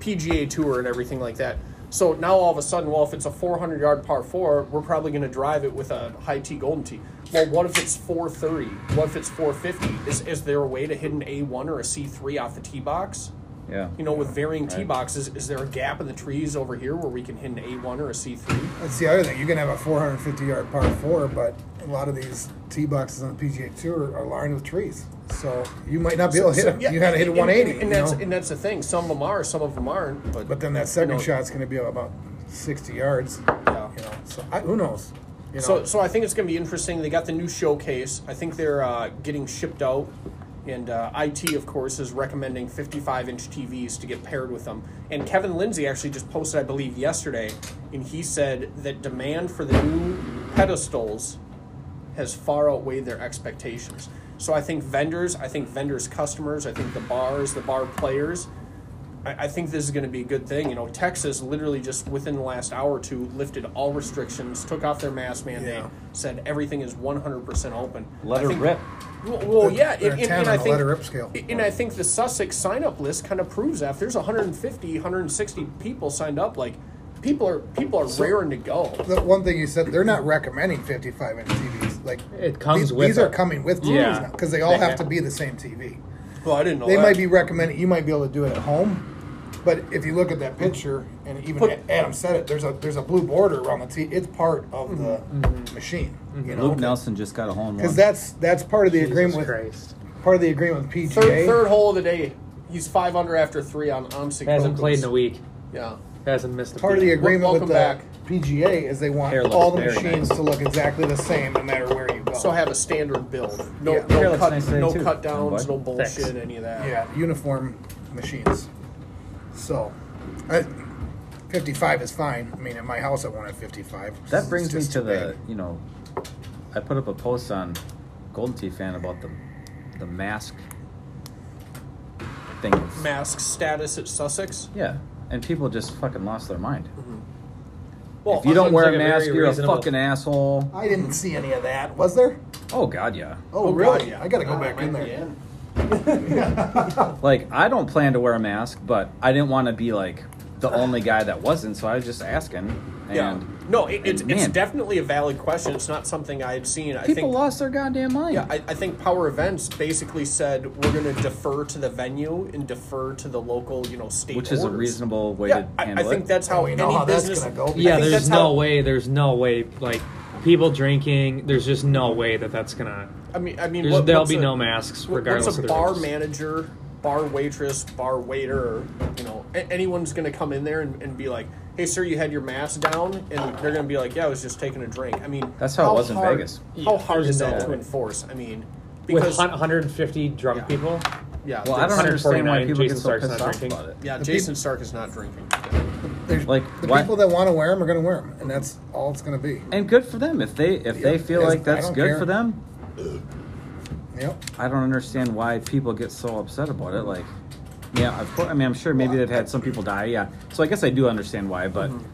PGA Tour and everything like that. So now all of a sudden, well, if it's a 400 yard par four, we're probably going to drive it with a high tee golden tee. Well, what if it's 430? What if it's 450? Is is there a way to hit an A1 or a C3 off the tee box? yeah. You know, with varying tee Right. boxes, is there a gap in the trees over here where we can hit an A1 or a C3? That's the other thing. You can have a 450 yard par four, but a lot of these tee boxes on the PGA Tour are lined with trees, so you might not be able to hit So- them. yeah, you got to hit a and- 180. And, you that's know? and that's the thing. Some of them are, some of them aren't. But, but then that second you know, shot's going to be about 60 yards. Yeah. You know, so I, who knows? You know, So so I think it's going to be interesting. They got the new showcase. I think they're uh, getting shipped out. And uh, IT, of course, is recommending 55 inch TVs to get paired with them. And Kevin Lindsay actually just posted, I believe, yesterday, and he said that demand for the new pedestals has far outweighed their expectations. So I think vendors, I think vendors' customers, I think the bars, the bar players, I, I think this is going to be a good thing. You know, Texas literally just within the last hour or two lifted all restrictions, took off their mask mandate, Yeah. said everything is 100% open. Let I her think- rip. Well, well, They're- yeah, and, they're and, 10 and on I the think let her rip scale. and I think the Sussex sign up list kind of proves that. If there's 150, 160 people signed up, like people are people are raring to go. the one thing you said, they're not recommending 55 inch TVs. Like It comes these, with these are it. coming with TVs Yeah. now because they all They have have- to be the same TV. Well, I didn't know They that. might be recommending you might be able to do it at home, but if you look at that picture and even Put- Adam said it, there's a there's a blue border around the T. It's part of the machine, you know, Luke Nelson just got a home because run. that's that's part of the agreement Jesus with Christ. part of the agreement with PGA. Third, third hole of the day. He's five under after three on Amsi. Hasn't played in a week. Yeah. Hasn't missed a Part of the beat. agreement Welcome with uh, the back. PGA is they want Hair looks all the very machines nice. to look exactly the same no matter where you go. So have a standard build. No, Oh. Yeah. Here no looks cut, nice today, no too. cut downs, no Boy. bullshit, Thanks. any of that. yeah, uniform machines. So, I, 55 is fine. I mean, at my house, I wanted 55. That brings It's me just to too the big. you know, I put up a post on Golden Tee fan about the the mask thing. Mask status at Sussex. Yeah, and people just fucking lost their mind. Mm-hmm. Well, if you don't seems wear like a a mask, very you're reasonable- a fucking asshole. I didn't see any of that. Was there? Oh god, yeah. Oh, God, really? yeah. Uh, I got to go back in there. Like I don't plan to wear a mask, but I didn't want to be like the only guy that wasn't, so I was just asking. And yeah. No, it, it's, and it's man. definitely a valid question. It's not something I had seen. I people think lost their goddamn mind. Yeah, I, I think Power Events basically said we're going to defer to the venue and defer to the local, you know, state. which is a orders." reasonable way Yeah, to I, I handle think it. that's how Oh, you know any how that's business. gonna go. I Yeah, think that's there's no how- way. There's no way. Like people drinking. There's just no way that that's gonna. I mean, I mean, There's, what- there'll what's be a- no masks Wh- regardless. What's of a the bar rules. manager, bar waitress, bar waiter, or, you know, a- anyone's going to come in there and, and be like, hey, sir, you had your mask down? And they're going to be like, yeah, I was just taking a drink. I mean, That's how it was in hard- Vegas. How Yeah, hard is there's that no- to enforce? I mean, with because, hun- 150 drunk Yeah. people. yeah, Well, I don't there's- understand why 149 people Jason get so Stark's pissed not off drinking. about it. Yeah, The Jason Stark is not drinking. There's- Like, the why- people that want to wear them are going to wear them, and that's all it's going to be. And good for them if they if they Yeah, feel yes, like I that's don't good care. for them. Yep. I don't understand why people get so upset about it. Like, yeah, of course. I mean, I'm sure maybe they've had some people die. Yeah, so I guess I do understand why. But Mm-hmm.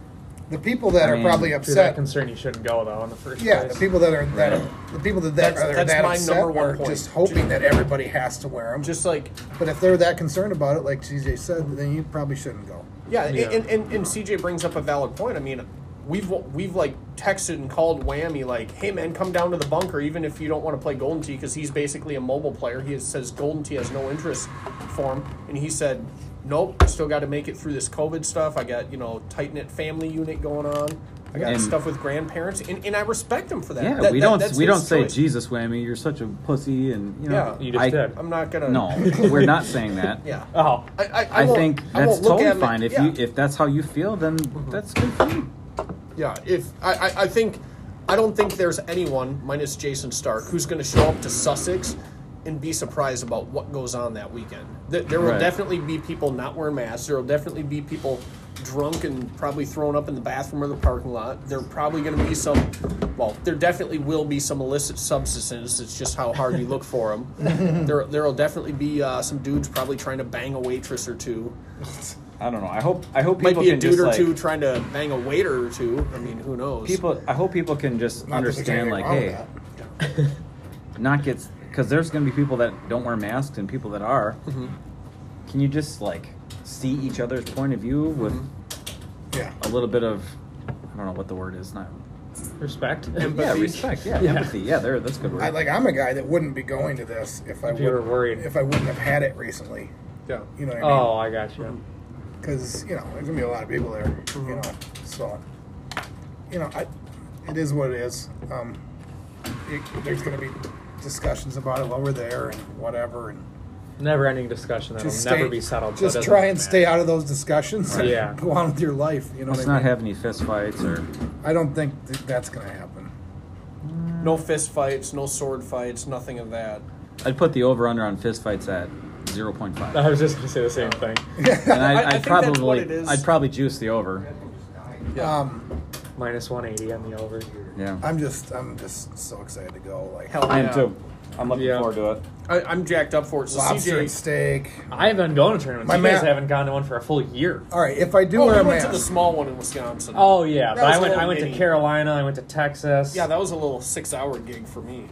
The people that I are mean, probably If you're that upset. concerned, you shouldn't go though in the first Yeah, place. the people that are that Right. the people that, that That's- are that's that my upset number one are point. just hoping that everybody has to wear them. Just like, but if they're that concerned about it, like TJ said, then you probably shouldn't go. yeah, and- Yeah. And, and, and CJ brings up a valid point. I mean, We've, we've like texted and called Whammy like, hey man, come down to the bunker even if you don't want to play Golden Tee because he's basically a mobile player. He says Golden Tee has no interest for him, and he said, nope, still got to make it through this COVID stuff. I got you know tight knit family unit going on. I got And- stuff with grandparents, and, and I respect him for that. yeah, That- we that- don't that's we his don't say choice. Jesus whammy. You're such a pussy, and you know. Yeah. You just I- did. I'm not gonna. No, we're not saying that. Yeah. Oh, I, I, I I, won't- think I that's won't look at totally him- fine. If yeah. Mm-hmm. you if that's how you feel, then that's good for you. Yeah, if I, I, I think I don't think there's anyone minus Jason Stark who's going to show up to Sussex and be surprised about what goes on that weekend. Th- There will Right. definitely be people not wearing masks. There will definitely be people drunk and probably thrown up in the bathroom or the parking lot. There are probably going to be some, well, there definitely will be some illicit substances. It's just how hard you look for them. there, there will definitely be uh, some dudes probably trying to bang a waitress or two. I don't know. I hope I hope Might people be a can dude just or like two trying to bang a waiter or two. I mean, who knows? people. I hope people can just Not that there's understand anything like, wrong with hey, not get because there's going to be people that don't wear masks and people that are. Can you just like see each other's point of view with that. yeah. a little bit of I don't know what the word is not Respect. yeah Empathy. respect yeah, Yeah. empathy yeah there that's a good word I, like I'm a guy that wouldn't be going to this if I If you were wouldn't- worried. if I wouldn't have had it recently. yeah. You know what I mean? Oh, I got you. Because you know there's gonna be a lot of people there. Mm-hmm. You know, so you know I, it is what it is. Um, it, there's gonna be discussions about it while we're there and whatever, and Never-ending discussion that'll just never stay- be settled. so it Just doesn't try and matter. stay out of those discussions. and Yeah. go on with your life. You know let's what I not mean? have any fist fights or I don't think th- that's gonna happen. No fist fights, no sword fights, nothing of that. I'd put the over under on fist fights at zero point five I was just gonna say the same thing. I- and I I'd, I'd think that's probably what it is. I'd probably juice the over Um, Minus 180 on the over. yeah I'm just I'm just so excited to go. Like Hell I yeah. am too I'm looking Yeah. forward to it. I, I'm jacked up for it. So lobster and CJ, steak. I haven't gone to tournaments. My you guys ma- haven't gone to one for a full year. All right, if I do oh, we wear a went to the mask, small one in Wisconsin. Oh yeah, That was but I went. little I went mini. to Carolina. I went to Texas. yeah, that was a little six-hour gig for me.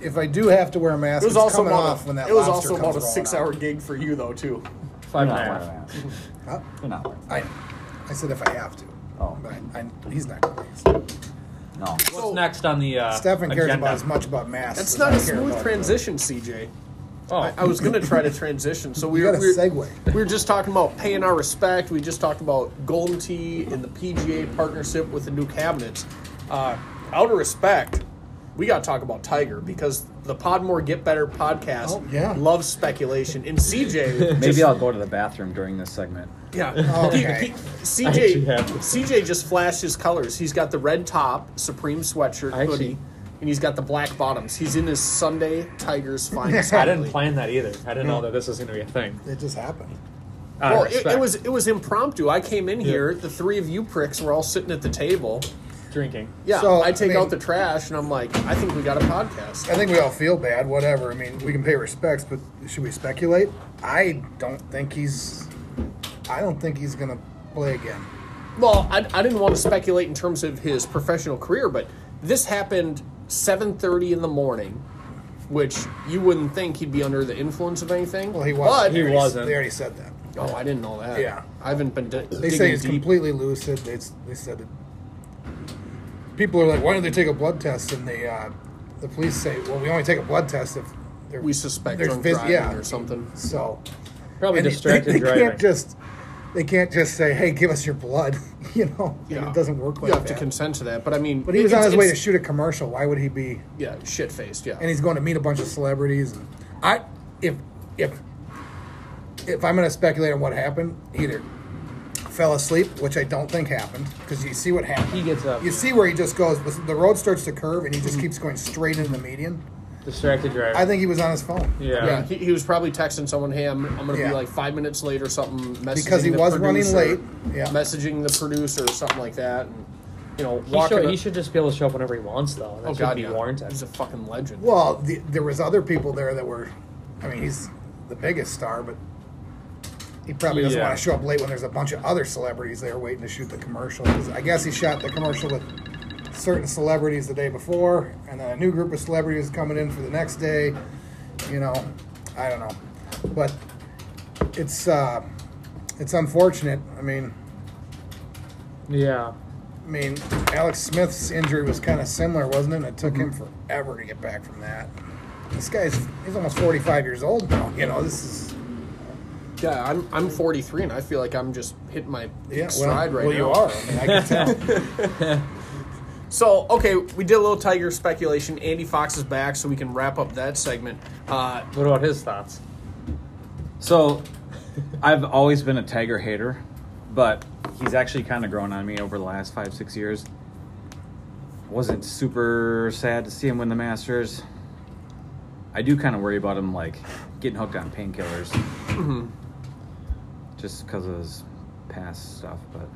if I do have to wear a mask, It was it's also coming about off a, when that it was lobster also about a comes rolling six-hour out. gig for you though too. you're five and a not half. wearing a mask Huh? you're not wearing a mask. I, I said if I have to. Oh. But I, I- he's not going to. no What's next on the uh, Stefan Oh. cares agenda? about as much about masks. That's as not I a care smooth about- transition, CJ. Oh, I, I was going to try to transition. So we You were, got a we, were, segue. we were just talking about paying our respect. We just talked about Golden Tee and the PGA partnership with the new cabinets. Uh, out of respect, we got to talk about Tiger because the Podmore Get Better podcast Oh, yeah. loves speculation. And CJ, maybe just- I'll go to the bathroom during this segment yeah. Okay. He- he- I actually CJ, have this. CJ just flashed his colors. He's got the red top, Supreme sweatshirt, I actually- hoodie, and he's got the black bottoms. He's in his Sunday Tigers finest. I didn't hoodie. plan that either. I Mm. didn't know that this was gonna be a thing. It just happened. Out of Well, it, it respect. was it was impromptu. I came in here. The three of you pricks were all sitting at the table. drinking. Yeah, So, I take I mean- out the trash and I'm like, I think we got a podcast. I think we all feel bad, whatever. I mean, we can pay respects, but should we speculate? I don't think he's. I don't think he's going to play again. Well, I, I didn't want to speculate in terms of his professional career, but this happened 7:30 in the morning, which you wouldn't think he'd be under the influence of anything. Well, he wasn't. But, They already- wasn't. They already said that. Oh, I didn't know that. Yeah. I haven't been. Di- They digging say he's deep. completely lucid. They, s- they said that people are like, why don't they take a blood test? And they, uh, the police say, well, we only take a blood test if they're, We suspect there's drunk vis- driving yeah. or something. so. Probably and they- distracted they, driving. Can't just, they can't just say, hey, give us your blood. you know, Yeah. it doesn't work like you have that. to consent to that. But I mean, but he was it's- on his way to it's- shoot a commercial. Why would he be? Yeah, shit faced. Yeah. And he's going to meet a bunch of celebrities. And I, if, if, if I'm going to speculate on what happened, he either fell asleep, which I don't think happened, because you see what happened. He gets up. You see where he just goes. The road starts to curve, and he Mm. just keeps going straight into the median. distracted driving. I think he was on his phone. Yeah. Yeah, he, he was probably texting someone, "Hey, I'm, I'm gonna Yeah. be like five minutes late or something." Messaging Because he the was running producer, late, yeah. messaging the producer or something like that, and you know, He walking. should, up- he should just be able to show up whenever he wants, though. That oh should god, be yeah. warranted. He's a fucking legend. Well, the, there was other people there that were. I mean, he's the biggest star, but he probably doesn't Yeah. want to show up late when there's a bunch of other celebrities there waiting to shoot the commercial. 'Cause I guess he shot the commercial with certain celebrities the day before, and then a new group of celebrities coming in for the next day. You know, I don't know, but it's uh, it's unfortunate. I mean, Yeah. I mean, Alex Smith's injury was kind of similar, wasn't it? And it took him forever to get back from that. This guy's he's almost 45 years old now. You know, this is yeah, I'm I'm 43 and I feel like I'm just hitting my yeah. Well, stride right well, now. you are. I mean, I can tell. So okay, we did a little Tiger speculation. Andy Fox is back, so we can wrap up that segment. Uh, What about his thoughts? So, I've always been a Tiger hater, but he's actually kind of grown on me over the last five, six years. Wasn't super sad to see him win the Masters. I do kind of worry about him like getting hooked on painkillers Mm-hmm. just because of his past stuff. But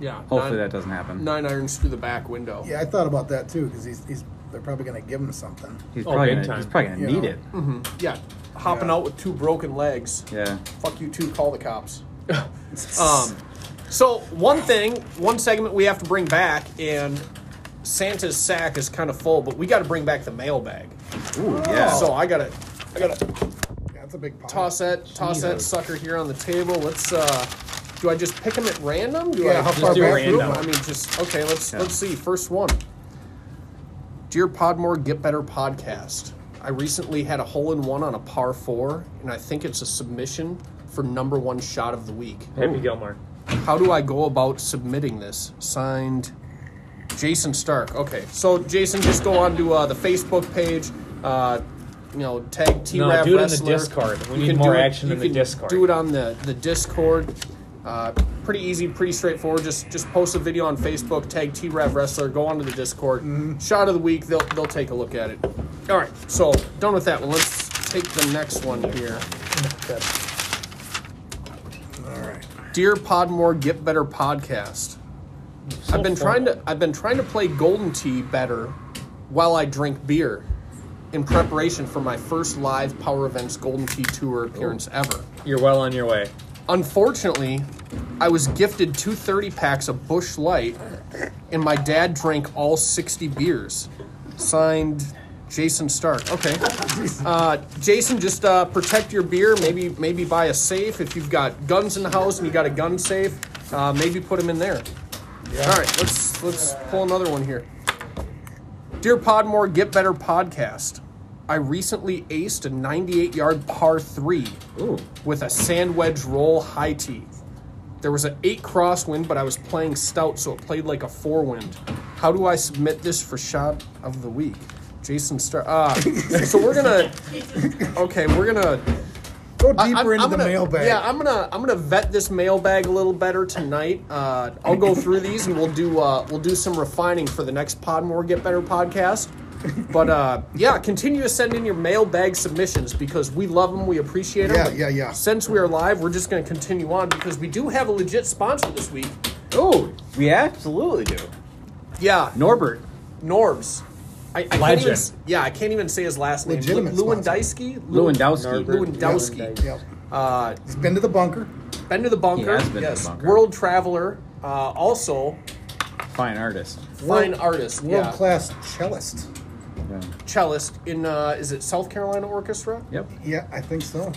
Yeah. hopefully nine, that doesn't happen. Nine irons through the back window. Yeah, I thought about that too because he's, he's they're probably going to give him something. He's Oh, probably big gonna, time. he's probably gonna You need know. it. Yeah. Hopping Yeah. out with two broken legs. Yeah. Fuck you too. Call the cops. um, so one thing, one segment we have to bring back, and Santa's sack is kind of full, but we got to bring back the mailbag. Ooh, yeah. So I gotta, I gotta That's a big pile. toss that, toss that Jesus. sucker here on the table. Let's. uh Do I just pick them at random? Do I Yeah, how far do back? random. I mean, just okay. Let's Yeah. let's see. First one. Dear Podmore, Get Better podcast. I recently had a hole in one on a par four, and I think it's a submission for number one shot of the week. Happy Gilmore. How do I go about submitting this? Signed, Jason Stark. Okay, so Jason, just go on to uh, the Facebook page. Uh, you know, tag T No, Rab do it in the Wrestler. Discord. We You need can more do it- action you in the can Discord. Do it on the the Discord. Uh, pretty easy, pretty straightforward. Just just post a video on Facebook, tag T Rab Wrestler, go onto the Discord. Mm-hmm. Shot of the week, they'll they'll take a look at it. All right, so done with that one. Let's take the next one here. All right. Dear Podmore Get Better podcast. I've been trying to I've been trying to play golden tea better while I drink beer in preparation for my first live Power Events Golden Tea Tour appearance ever. You're well on your way. Unfortunately, I was gifted two 30 packs of Bush Light and my dad drank all 60 beers. Signed Jason Stark. Okay. Uh, Jason, just uh, protect your beer. Maybe maybe buy a safe if you've got guns in the house and you got a gun safe. Uh, maybe put them in there. All right, let's let's pull another one here. Dear Podmore, Get Better podcast. I recently aced a 98 yard par three Ooh. with a sand wedge roll high tee. There was an eight crosswind, but I was playing stout, so it played like a four wind. How do I submit this for shot of the week? Jason Star. Ah, so we're gonna. Okay, we're gonna. Go deeper I- I'm- into I'm the gonna- mailbag. Yeah, I'm gonna I'm gonna vet this mailbag a little better tonight. Uh, I'll go through these and we'll do uh, we'll do some refining for the next Podmore Get Better podcast. But uh, yeah, continue to send in your mailbag submissions because we love them, we appreciate them. Yeah, yeah, yeah. Since we are live, we're just gonna continue on because we do have a legit sponsor this week. Ooh, we absolutely do. Yeah, Norbert. Norbs. I, I can't Legend. even, s- yeah, I can't even say his last name. Legitimate Lewandowski. Lewandowski. Lewandowski. Yep. Uh, He's been to the bunker. Been to the bunker. He has been to yes. the bunker. World traveler. Uh, also, Fine artist. fine artist. World yeah. class cellist. Yeah. Cellist in uh, is it South Carolina Orchestra? Yep. Yeah, I think so.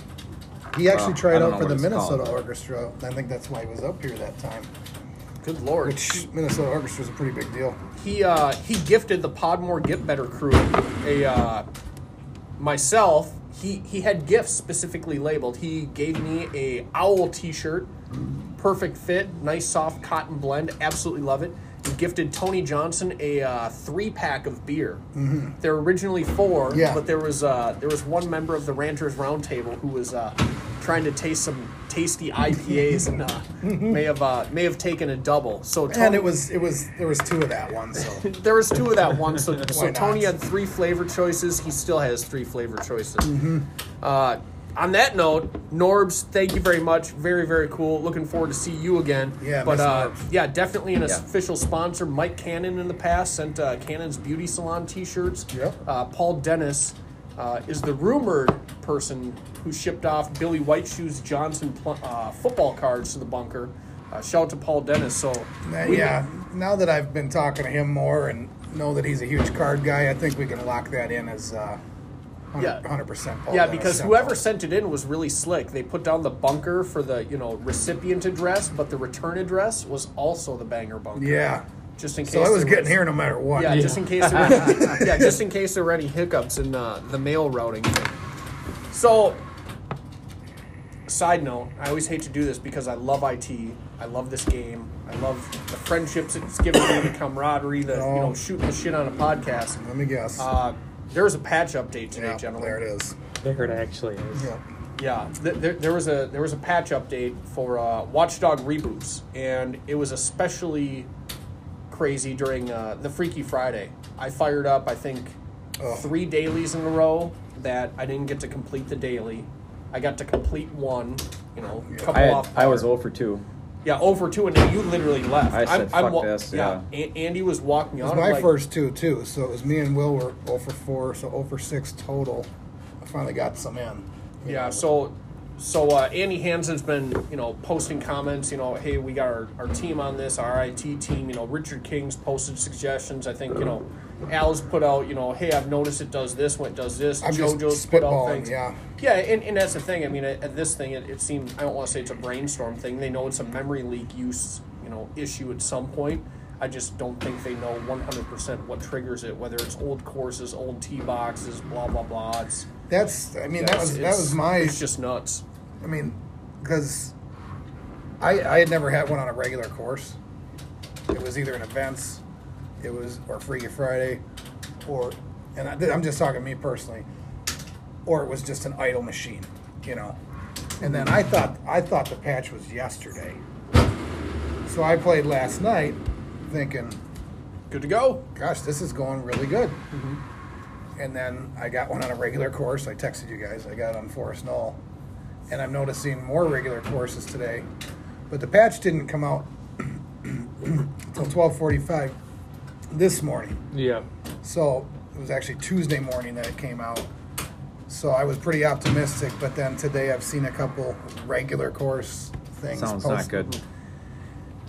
He actually Well, I tried don't out know for what the it's Minnesota called. Orchestra. I think that's why he was up here that time. Good lord. Which Minnesota Orchestra is a pretty big deal. he uh, he gifted the Podmore Get Better crew a uh, myself. He he had gifts specifically labeled. He gave me a owl T-shirt, perfect fit, nice soft cotton blend. Absolutely love it. He gifted Tony Johnson a uh, three pack of beer. There were originally four, Mm-hmm. Yeah. but there was uh, there was one member of the Ranters Roundtable who was uh, trying to taste some tasty IPAs and uh, may have uh, may have taken a double. So Mm-hmm. And Tony- it was it was there was two of that one, so there was two of that one, so, so not? Tony had three flavor choices. He still has three flavor choices. Mm-hmm. Uh, on that note, Norbs, thank you very much. Very, very cool. Looking forward to see you again. Yeah, but miss uh, Norbs. yeah, definitely an Yeah. official sponsor. Mike Cannon in the past sent uh, Cannon's Beauty Salon T-shirts. Yep. Uh, Paul Dennis uh, is the rumored person who shipped off Billy White Shoes Johnson pl- uh, football cards to the bunker. Uh, shout out to Paul Dennis. So Now, we- yeah. Now that I've been talking to him more and know that he's a huge card guy, I think we can lock that in as uh, Yeah. 100 percent. Oh, yeah, because whoever sent it in was really slick. They put down the bunker for the you know recipient address, but the return address was also the banger bunker. yeah, just in case. so I was there getting here no matter what. Yeah, just in case. There were, yeah, just in case there were any hiccups in uh, the mail routing. Thing. So, side note, I always hate to do this because I love IT. I love this game. I love the friendships it's given me, the camaraderie, the you know No. shooting the shit on a podcast. Let me guess. Uh, there was a patch update today, yeah, gentlemen. there it is. There it actually is. Yeah. Yeah, th- there, there was a there was a patch update for uh, Watchdog reboots, and it was especially crazy during uh, the Freaky Friday. I fired up, I think, Ugh. three dailies in a row that I didn't get to complete the daily. I got to complete one, you know, couple I, had, off. I was par. 0 for 2. Yeah, over two, and then you literally left. I said, "Fuck wa- this," A- Andy was walking me It was out. my I'm like, first two too, so it was me and Will were 0 for four, so 0 for six total. I finally got some in. you Yeah, know. so so uh, Andy Hansen's been you know posting comments. You know, hey, we got our, our team on this, our IT team. You know, Richard King's posted suggestions. I think you know, Al's put out. You know, hey, I've noticed it does this when it does this. I'm just JoJo's put out spitballing, things. yeah. yeah, and, and that's the thing. I mean, at, at this thing, it, it seems I don't want to say it's a brainstorm thing. They know it's a memory leak use you know issue at some point. I just don't think they know 100% what triggers it, whether it's old courses, old T boxes, blah blah blah. It's that's I mean that it's- was that it's- was my It's just nuts. I mean, because I, I had never had one on a regular course. It was either in events, it was or Freaky Friday, or and I, I'm just talking me personally, or it was just an idle machine, you know. And then I thought I thought the patch was yesterday, so I played last night, thinking, Good to go. "Gosh, this is going really good." Mm-hmm. And then I got one on a regular course. I texted you guys. I got it on Forest Knoll. And I'm noticing more regular courses today. But the patch didn't come out until 1245 this morning. Yeah. So it was actually Tuesday morning that it came out. So I was pretty optimistic. But then today I've seen a couple regular course things. Sounds posted. not good.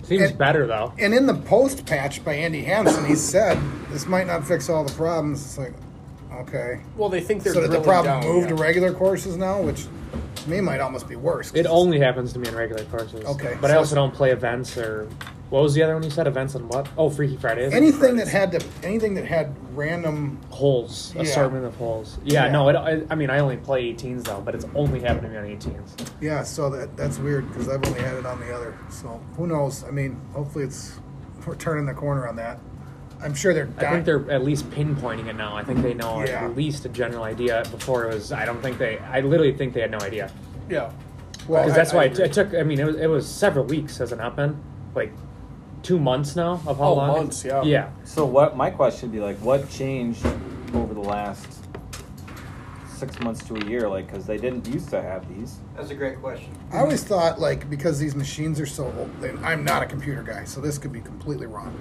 Seems It- better though. And in the post patch by Andy Hansen, he said, this might not fix all the problems. It's like, okay. Well, they think they're so did the drilling problem down, move to yeah. regular courses now, which to me might almost be worse. 'cause It only happens to me in regular courses. Okay, But I so- also don't play events or what was the other one you said? Events and what? Oh, Freaky Friday. is it? anything that had to anything that had random. holes, Yeah. assortment of holes. Yeah, Yeah. no, it, I, I mean, I only play 18s though, but it's only happened to me on 18s. Yeah, so that that's weird because I've only had it on the other. So who knows? I mean, hopefully it's we're turning the corner on that. I'm sure they're. I think they're at least pinpointing it now. I think they know Yeah. at least a general idea. Before it was, I don't think they. I literally think they had no idea Yeah. well, because that's I- why I it, it took. I mean, it was, it was several weeks, has it not been? Like two months now of how Oh, long? months, yeah. Yeah. So what? My question would be like, what changed over the last six months to a year? Like, because they didn't used to have these. That's a great question. I always thought like because these machines are so old, and I'm not a computer guy, so this could be completely wrong.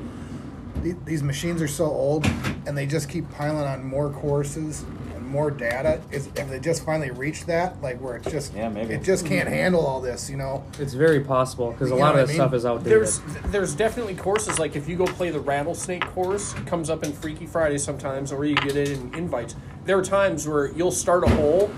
The- These machines are so old, and they just keep piling on more courses and more data. Is have they just finally reached that like where it's just Yeah, maybe. it just Mm-hmm. can't handle all this, you know? It's very possible because a You know lot what I of this stuff mean? is outdated. There's there's definitely courses like if you go play the rattlesnake course, it comes up in Freaky Friday sometimes, or you get it in invites. There are times where you'll start a hole,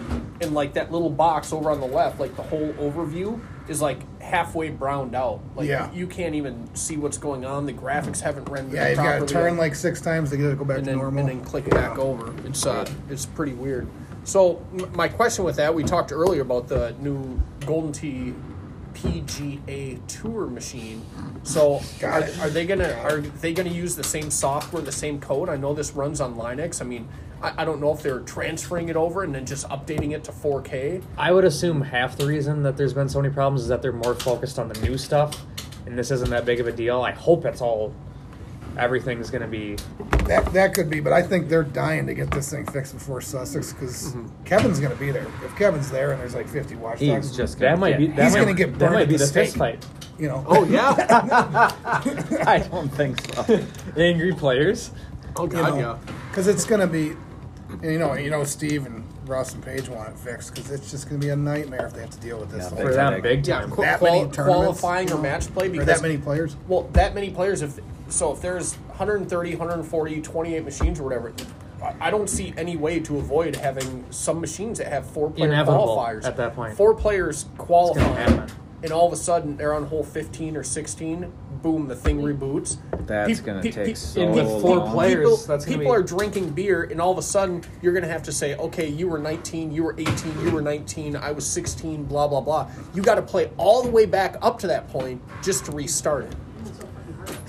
and like that little box over on the left, like the whole overview is like halfway browned out. Like Yeah. you can't even see what's going on. The graphics haven't rendered Yeah, you've got properly. to turn like six times to get it to go back and to then, normal, and then click back over. It's uh, it's pretty weird. So m- my question with that, we talked earlier about the new Golden Tee PGA Tour machine. So Got are, it. are they gonna are they gonna use the same software, the same code? I know this runs on Linux. I mean, I, I don't know if they're transferring it over and then just updating it to 4K. I would assume half the reason that there's been so many problems is that they're more focused on the new stuff, and this isn't that big of a deal. I hope it's all. Everything's gonna be. That that could be, but I think they're dying to get this thing fixed before Sussex because Mm-hmm. Kevin's going to be there. If Kevin's there and there's like 50 watchdogs, He's just That gonna might get- be. That He's might, gonna get That burned might at be the the fist stake. fight. you know. Oh yeah. I don't think so. Angry players. oh you god, yeah. because it's gonna be, and you know, you know, Steve and Ross and Paige want it fixed because it's just gonna be a nightmare if they have to deal with this. Yeah, whole they- For thing. them, big Yeah, time. qu- That qual- many tournaments, qualifying you or know, match play Or because that many players. Well, that many players, if so, if there's 130, 140, 28 machines or whatever, I- I don't see any way to avoid having some machines that have four player Inevitable qualifiers at that point. Four players qualify, happen. and all of a sudden they're on hole 15 or 16. Boom, the thing reboots. That's Peop- gonna peop- take peop- so peop- With four long. players, people, that's gonna people be- are drinking beer, and all of a sudden you're going to have to say, okay, you were 19, you were 18, you were 19, I was 16, blah blah blah. You got to play all the way back up to that point just to restart it.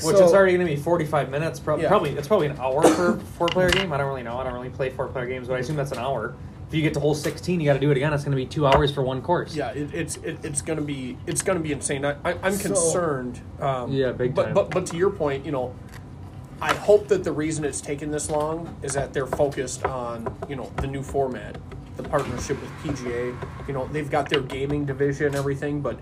Which So- is already going to be 45 minutes. Prob- Yeah. Probably it's probably an hour for four player game. I don't really know. I don't really play four player games, but I assume that's an hour. If you get to hole 16, you got to do it again. It's going to be two hours for one course. Yeah, it, it's it, it's gonna be it's gonna be insane. I, I I'm So- concerned. Um, Yeah, big but, time. But but to your point, you know, I hope that the reason it's taken this long is that they're focused on you know the new format, the partnership with PGA. You know they've got their gaming division and everything, but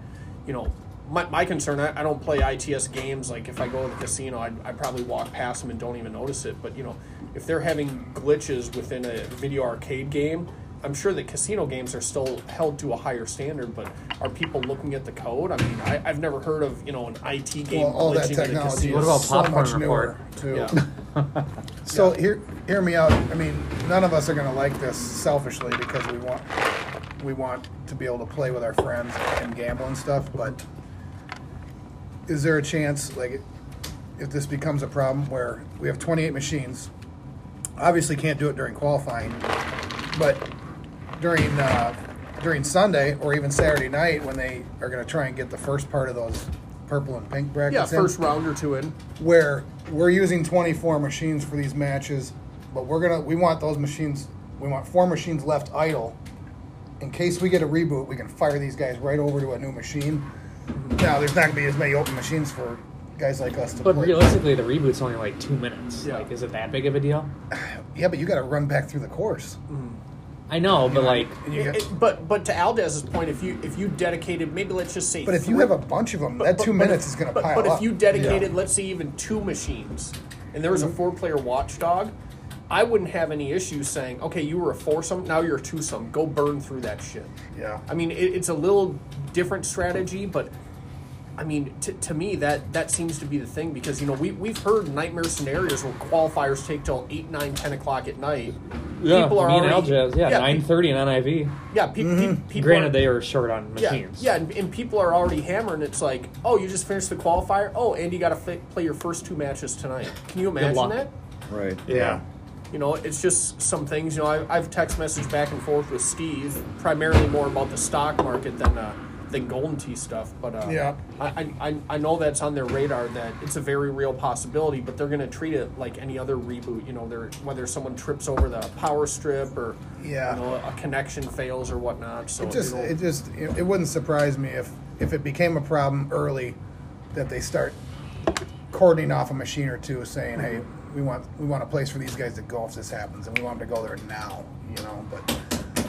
you know my, my concern I, I don't play ITS games. Like if I go to the casino, I I probably walk past them and don't even notice it. But you know if they're having glitches within a video arcade game. I'm sure that casino games are still held to a higher standard, but are people looking at the code? I mean, I, I've never heard of you know an IT game Well, all that glitching in a technology casino. is What about so popcorn much newer, too. Yeah. So hear hear me out. I mean, none of us are going to like this selfishly because we want we want to be able to play with our friends and gamble and stuff. But is there a chance, like, if this becomes a problem where we have 28 machines, obviously can't do it during qualifying, but during uh, during Sunday or even Saturday night when they are going to try and get the first part of those purple and pink Yeah, brackets. in, first round or two in. where we're using 24 machines for these matches, but we're gonna we want those machines we want four machines left idle. In case we get a reboot, we can fire these guys right over to a new machine. Now there's not gonna be as many open machines for guys like us to But play. realistically, the reboot's only like two minutes. Yeah. Like, is it that big of a deal? yeah, but you gotta run back through the course. I know, but like, And you It- got- it- but but to Aldez's point, if you if you dedicated maybe let's just say, but if you three- have a bunch of them, but- that Mm-hmm. but- two but minutes if- is gonna but, pile But up. if you dedicated let's say even two machines, and there was Mm-hmm. a four player watchdog, I wouldn't have any issues saying okay, you were a foursome, now you're a twosome, go burn through that shit. Yeah. I mean it, it's a little different strategy, but I mean, t- to me, that that seems to be the thing because you know we we've heard nightmare scenarios where qualifiers take till eight, nine, ten o'clock at night. yeah, people are me and already Aljaz, yeah, yeah, pe- nine thirty on IV. yeah, pe- pe- Mm-hmm. people. Granted, are, they are short on yeah, machines. yeah, and, and people are already hammering. It's like, oh, you just finished the qualifier. Oh, and you got to fi- play your first two matches tonight. Can you imagine luck. that? Right. yeah. You know, it's just some things. You know, I, I've text messaged back and forth with Steve, primarily more about the stock market than uh, than Golden Tee stuff. But uh, Yeah. I, I I- I know that's on their radar that it's a very real possibility, but they're going to treat it like any other reboot. You know, they're, whether someone trips over the power strip or Yeah. you know, a connection fails or whatnot. So It just you know- it just it, it wouldn't surprise me if if it became a problem early that they start cordoning off a machine or two saying hey Mm-hmm. we want we want a place for these guys to go if this happens and we want them to go there now you know but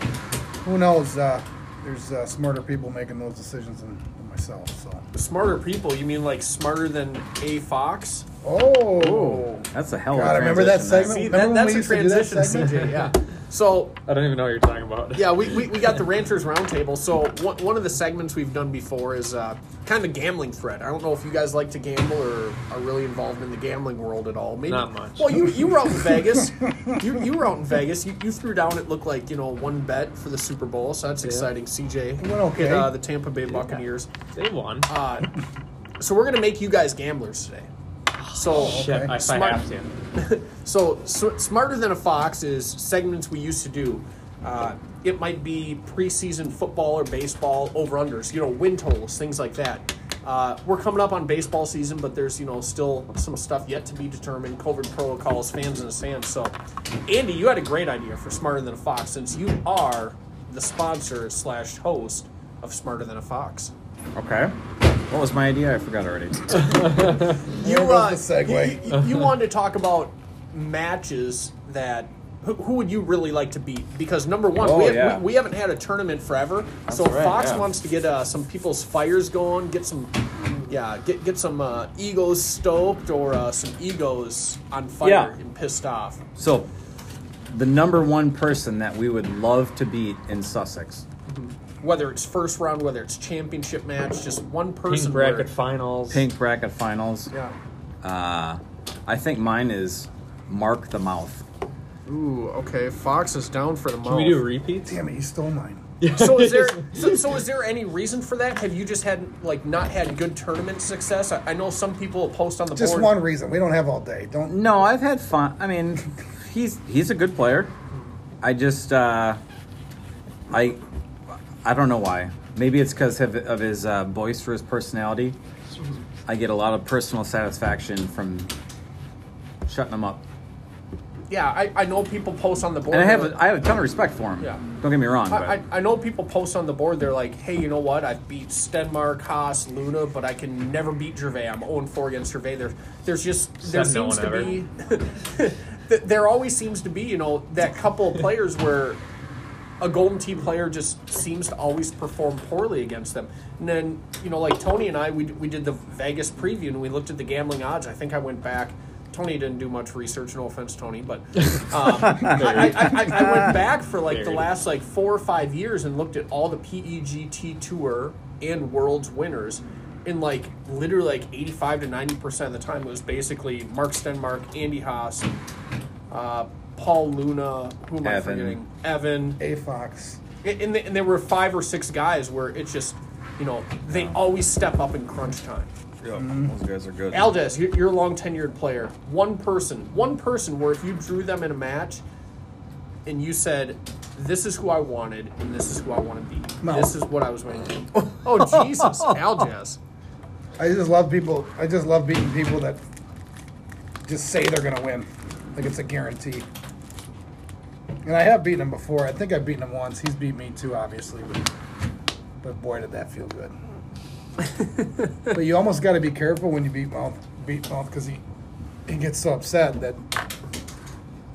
who knows uh, there's uh, smarter people making those decisions than, than myself so Smarter people? You mean like smarter than a fox? oh That's a hell of a God, I remember that transition there. segment See, Remember that, when that's we a used to do that transition, segment? CJ. Yeah. So I don't even know what you're talking about. yeah, we, we, we got the Ranchers Roundtable. So one, one of the segments we've done before is uh, kind of a gambling thread. I don't know if you guys like to gamble or are really involved in the gambling world at all. Maybe Not much. Well, you, you were out in Vegas. you, you were out in Vegas. You, you threw down. It looked like you know one bet for the Super Bowl. So that's exciting. CJ It went okay. hit, uh, the Tampa Bay Buccaneers. They won. Uh, so we're gonna make you guys gamblers today. So Shit, if I Oh, Smart- have to. so, sw- smarter than a fox is segments we used to do. Uh, it might be preseason football or baseball over unders, you know, win totals, things like that. Uh, we're coming up on baseball season, but there's you know still some stuff yet to be determined. COVID protocols, fans in the stands. So, Andy, you had a great idea for smarter than a fox since you are the sponsor slash host of Smarter Than a Fox. Okay. What was my idea? I forgot already. you, There uh, goes the segue. You, you- you wanted to talk about matches that who, who would you really like to beat? Because number one, Oh, we, have, yeah. we, we haven't had a tournament forever, so right, Fox yeah. wants to get uh, some people's fires going, get some. Yeah, get get some uh, egos stoked or uh, some egos on fire Yeah. and pissed off. so, the number one person that we would love to beat in Sussex. Whether it's first round, whether it's championship match, just one person. Pink bracket where- finals. Pink bracket finals. Yeah. Uh, I think mine is Mark the Mouth. Ooh. Okay. Fox is down for the mouth. Oh. Can we do repeats? damn it you stole mine So is there so, so is there any reason for that? Have you just had like not had good tournament success? I, I know some people post on the just board. one reason we don't have all day don't No, I've had fun. I mean, he's he's a good player. I just uh, I I don't know why. Maybe it's because of, of his uh, boisterous personality. I get a lot of personal satisfaction from shutting him up. yeah, I, I know people post on the board. And I have they're- a, I have a ton of respect for him. Yeah. Don't get me wrong. But I, I, I know people post on the board. They're like, "Hey, you know what? I've beat Stenmark, Haas, Luna, but I can never beat Gervais. I'm 0 4 against Gervais. There's, there's just there Said no seems one to be th- there always seems to be you know that couple of players where a golden tee player just seems to always perform poorly against them. And then you know, like Tony and I, we we did the Vegas preview and we looked at the gambling odds. I think I went back. Tony didn't do much research. No offense, Tony, but um, I, I, I, I went back for like the Buried. last like four or five years and looked at all the PEGT Tour and Worlds winners. And like literally like eighty five to ninety percent of the time, it was basically Mark Stenmark, Andy Haas, uh, Paul Luna, who am I Evan. forgetting? Evan, A Fox. and, and, th- and there were five or six guys where it's just, you know, they always step up in crunch time. Yeah, Those guys are good. Aldez, you're, you're a long tenured player. One person, one person where if you drew them in a match and you said, this is who I wanted and this is who I want to be. No. This is what I was waiting for. Oh, Jesus, Aldez. I just love people. I just love beating people that just say they're gonna win, like it's a guarantee. And I have beaten him before. I think I've beaten him once. He's beat me too, obviously. But, but boy, did that feel good. but you almost got to be careful when you beat mouth, beat mouth, because he he gets so upset that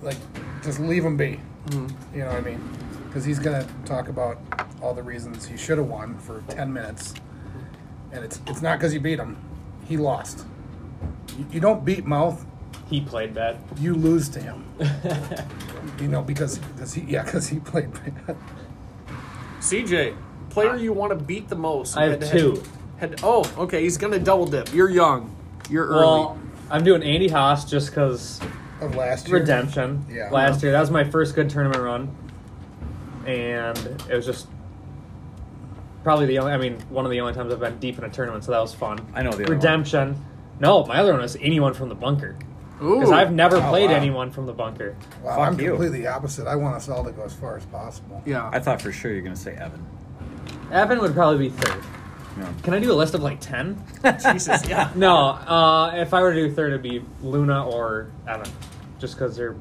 like just leave him be. You know what I mean? Because he's gonna talk about all the reasons he should have won for ten minutes and it's it's not because you beat him. He lost. You, you don't beat mouth. He played bad. You lose to him. you know because because he yeah because he played bad. CJ, player you want to beat the most. I have Head-to-head- two. Head, oh, okay, he's going to double dip. You're young. You're early. Well, I'm doing Andy Haas just because of last year. redemption. Yeah. Last year, that was my first good tournament run, and it was just probably the only. I mean, one of the only times I've been deep in a tournament, so that was fun. I know the other one. redemption. No, my other one is anyone from the bunker because Ooh. I've never Oh, played wow. anyone from the bunker. Wow, Fuck I'm you. completely opposite. I want us all to go as far as possible. yeah. I thought for sure you're gonna say Evan. Evan would probably be third. Yeah. Can I do a list of like ten? Jesus, yeah. No, uh, if I were to do third, it'd be Luna or Evan, just because they're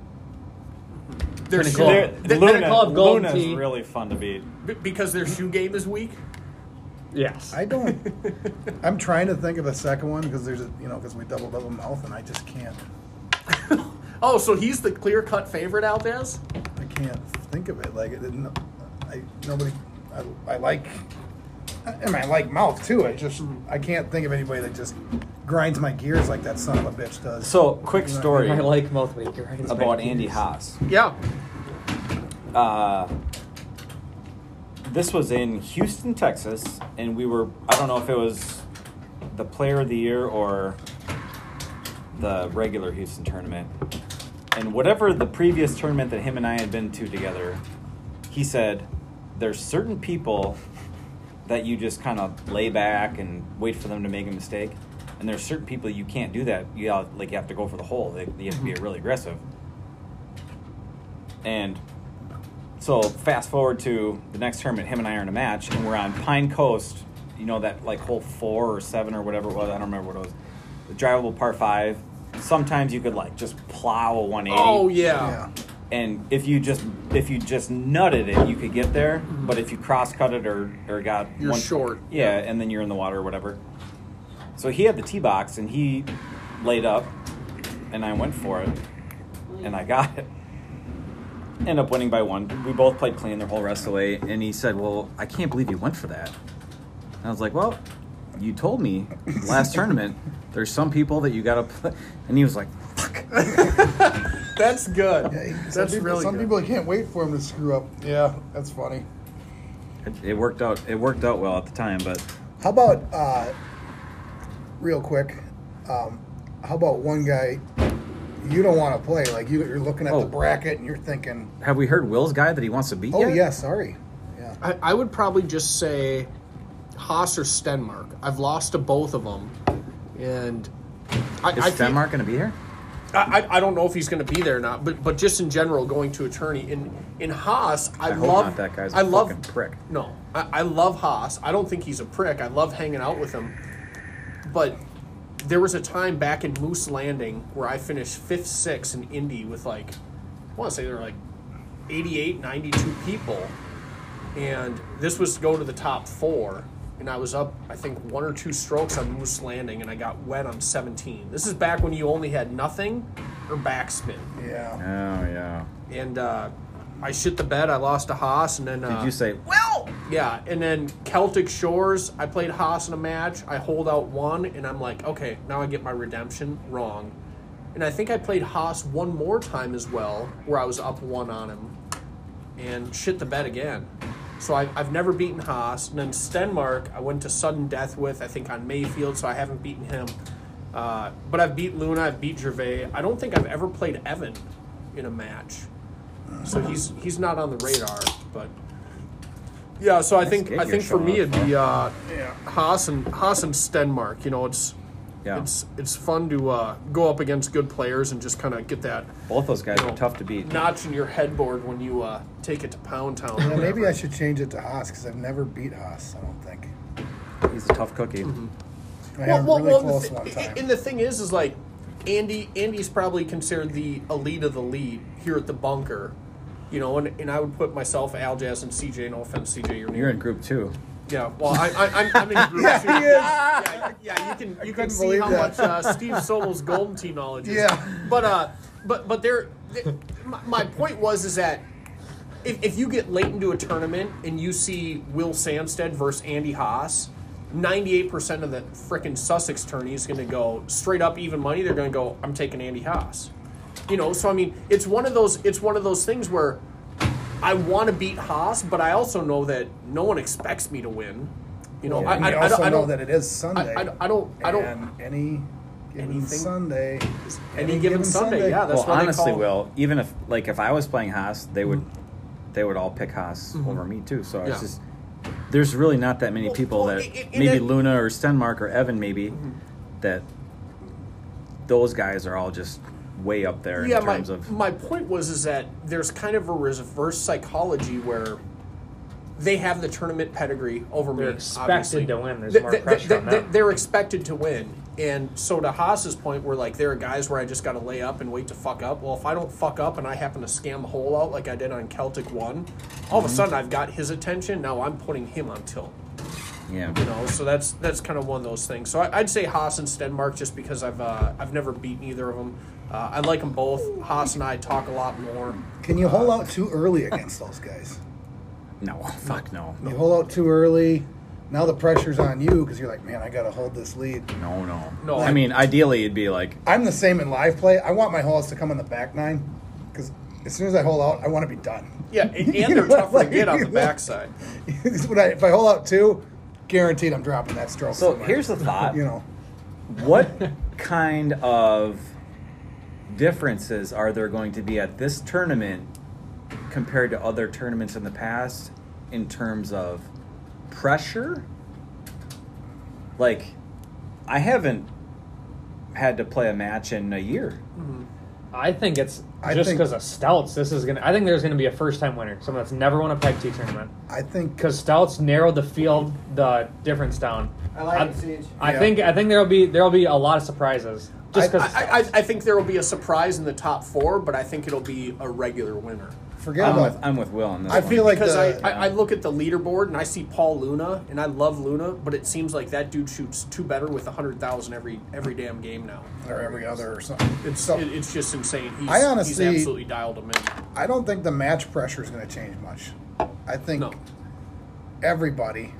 They're Kinda so- cool. they're- They're- they're- Luna- call it golden Luna's tee. really fun to beat. B- because their shoe game is weak. yes. I don't. I'm trying to think of a second one because there's a, you know because we doubled up a mouth and I just can't. Oh, so he's the clear cut favorite, Aldez? I can't think of it. Like it didn't. I nobody. I, I like. And I like mouth too. I just I can't think of anybody that just grinds my gears like that son of a bitch does. So, quick story I like both week. Right? It's about my- Andy Haas. Yeah. Uh, this was in Houston, Texas, and we were, I don't know if it was the player of the year or the regular Houston tournament. And whatever the previous tournament that him and I had been to together, he said, There's certain people that you just kind of lay back and wait for them to make a mistake. And there's certain people you can't do that. You have, like you have to go for the hole. They, you have to be really aggressive. And so fast forward to the next tournament, him and I are in a match, and we're on Pine Coast. You know that like hole four or seven or whatever it was. I don't remember what it was. The drivable par five. Sometimes you could like just plow a 180 Oh yeah. yeah. and if you just if you just nutted it, you could get there. But if you cross cut it or or got Mm-hmm. You're short. yeah, and then you're in the water or whatever. So he had the tee box and he laid up, and I went for it, and I got it. End up winning by one. We both played clean the whole rest of the way. Wait, and he said, "Well, I can't believe you went for that." And I was like, "Well, you told me last tournament there's some people that you gotta play," and he was like, "Fuck." That's good. Hey, some That's people, really some good. people can't wait for him to screw up. Yeah, that's funny. It, it worked out. It worked out well at the time, but How about uh, real quick? Um, how about one guy you don't want to play? Like you, you're looking at Oh. the bracket and you're thinking, have we heard Will's guy that he wants to beat oh yet? yeah, sorry, yeah. I, I would probably just say Haas or Stenmark. I've lost to both of them, and I, Is I think- Denmark gonna be here? I, I- I don't know if he's going to be there or not, but but just in general, going to attorney in in Haas, I, I hope love not. That guy's a I love fucking prick. No, I, I love Haas. I don't think he's a prick. I love hanging out with him, but there was a time back in Moose Landing where I finished fifth, sixth in Indy with like I want to say there were like 88, 92 people. And this was to go to the top four. And I was up, I think, one or two strokes on Moose Landing, and I got wet on 17. This is back when you only had nothing or backspin. Yeah. Oh, yeah. And uh, I shit the bed. I lost to Haas, and then. Uh, Did you say well, yeah, and then Celtic Shores. I played Haas in a match. I hold out one, and I'm like, okay, now I get my redemption. Wrong, and I think I played Haas one more time as well, where I was up one on him, and shit the bed again. So I, I've never beaten Haas, and then Stenmark I went to sudden death with. I think on Mayfield, so I haven't beaten him. Uh, but I've beat Luna. I've beat Gervais. I don't think I've ever played Evan in a match, so he's he's not on the radar, but. Yeah, so I think gig I you're think for showing me off, it'd be uh, Yeah. Haas and Haas and Stenmark. You know, it's yeah? it's it's fun to uh, go up against good players and just kind of get that Both those guys you know, are tough to beat. notch in your headboard when you uh, take it to Pound Town. or Well, maybe whatever. I should change it to Haas because I've never beat Haas. I don't think. He's a tough cookie. I had him really the close thi- one time. and the thing is, is like Andy. Andy's probably considered the elite of the lead here at the bunker. You know, and, and I would put myself, Al Jazz, and CJ. No offense, CJ, you're, You're in group two. Yeah, well, I, I, I'm, I'm in group Yeah, two. he is. Yeah, yeah, you can you can couldn't see believe how that. much uh, Steve Sobel's golden tee knowledge is. Yeah. but uh, but but there, th- my, my point was is that if, if you get late into a tournament and you see Will Samstead versus Andy Haas. 98% of the frickin' Sussex tourney is going to go straight up even money. They're going to go, I'm taking Andy Haas. You know, so I mean, it's one of those it's one of those things where I want to beat Haas, but I also know that no one expects me to win. You know, And I, we I, I, also don't, I know don't. that it is Sunday. I, I, don't- I don't. I don't. And any given Anything- Sunday. Any given Sunday, yeah, that's- well, why they honestly, call- Will, even if like if I was playing Haas, they would they would all pick Haas over me too. So Mm-hmm. Yeah. it's just there's really not that many Well, people well, that i- i- and maybe that- Luna or Stenmark or Evan maybe Mm-hmm. that those guys are all just way up there Yeah, in my, terms of my point was is that there's kind of a reverse psychology where they have the tournament pedigree over me. They're expected obviously. to win. There's They- more they- pressure they- on they- them. They're expected to win, and so to Haas's point, where like there are guys where I just got to lay up and wait to fuck up. Well, if I don't fuck up and I happen to scam the hole out like I did on Celtic One, all of Mm-hmm. a sudden I've got his attention. Now I'm putting him on tilt. yeah. you know so that's that's kind of one of those things so I, i'd say haas and stenmark just because i've uh, i've never beaten either of them uh, i like them both haas and i talk a lot more Can you hole out too early against those guys? No, fuck no, You hole out too early. Now the pressure's on you because you're like, man, I got to hold this lead. no, no, No, I I- mean, ideally, it'd be like I'm the same in live play. I want my holes to come in the back nine because as soon as I hole out, I want to be done. yeah and, You and they're know, tougher like- to get on the backside when I, if I hole out two, guaranteed I'm dropping that stroke. So somewhere. here's the thought. you know, what kind of differences are there going to be at this tournament compared to other tournaments in the past in terms of pressure? Like, I haven't had to play a match in a year. I think it's I just think- because of stouts. This is gonna. I think there's gonna be a first time winner, someone that's never won a peg T tournament, I think because stouts narrowed the field, the difference down. I like I, it, Siege. I Yeah. think I think there'll be there'll be a lot of surprises just I, because I, I, I think there will be a surprise in the top four but i think it'll be a regular winner forget I'm about. with, I'm with Will on this. I one. feel like because the- I, I, I look at the leaderboard and I see Paul Luna and I love Luna, but it seems like that dude shoots two better with hundred thousand every every damn game now. or every other or something. It's So- it, it's just insane. He's, I he's honestly- absolutely dialed him in. I don't think the match pressure is going to change much. I think No. everybody,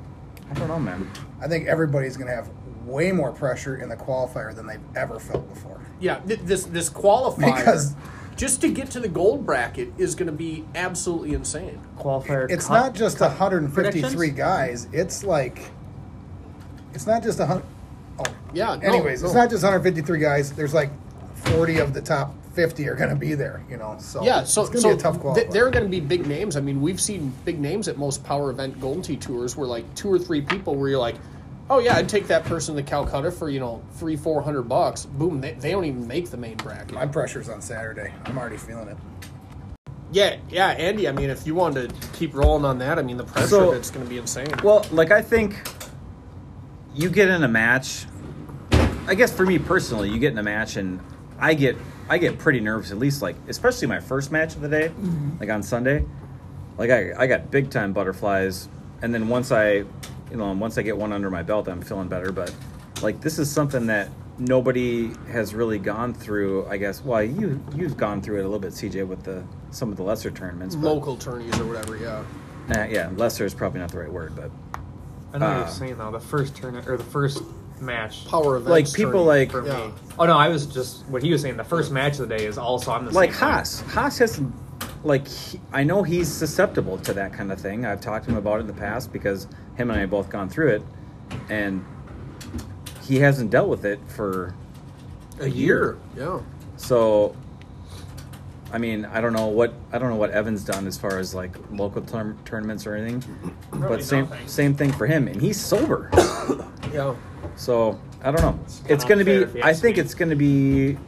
I don't know, man. I think everybody's going to have way more pressure in the qualifier than they've ever felt before. Yeah, th- this this qualifier Because- just to get to the gold bracket is going to be absolutely insane. qualifier. It's cut- not just 153 predictions? guys. It's like, it's not just a hundred. Oh, Yeah. no, anyways, it's no. not just 153 guys. There's like 40 of the top 50 are going to be there. You know, so Yeah, so it's going to so be a tough qualifier. th- there are going to be big names. I mean, we've seen big names at most power event Golden Tee tours where like two or three people where you're like, oh yeah, I'd take that person to Calcutta for you know three four hundred bucks. Boom, they, they don't even make the main bracket. My pressure's on Saturday. I'm already feeling it. yeah, yeah, Andy. I mean, if you wanted to keep rolling on that, I mean, the pressure So- of it's going to be insane. Well, like I think you get in a match. I guess for me personally, you get in a match and I get I get pretty nervous at least like especially my first match of the day, like on Sunday. Like I I got big time butterflies and then once I you know, once I get one under my belt I'm feeling better, but like this is something that nobody has really gone through, I guess. Well, you you've gone through it a little bit CJ with the some of the lesser tournaments, but Local tourneys or whatever, yeah. Nah, yeah, lesser is probably not the right word, but I know what Uh, you're saying though. The first turn or the first match. Power events. Like, people tourney like- for me. Yeah. Oh no, I was just what he was saying. The first match of the day is also on the like same night. Haas. Haas has, like, he, I know he's susceptible to that kind of thing. I've talked to him about it in the past because him and I have both gone through it, and he hasn't dealt with it for. a year. Yeah. So, I mean, I don't know what I don't know what Evan's done as far as like local tourn- tournaments or anything, but same nothing. same thing for him, and he's sober. Yeah. So I don't know. kinda It's going to unfair be. if you I ask think me. it's going to be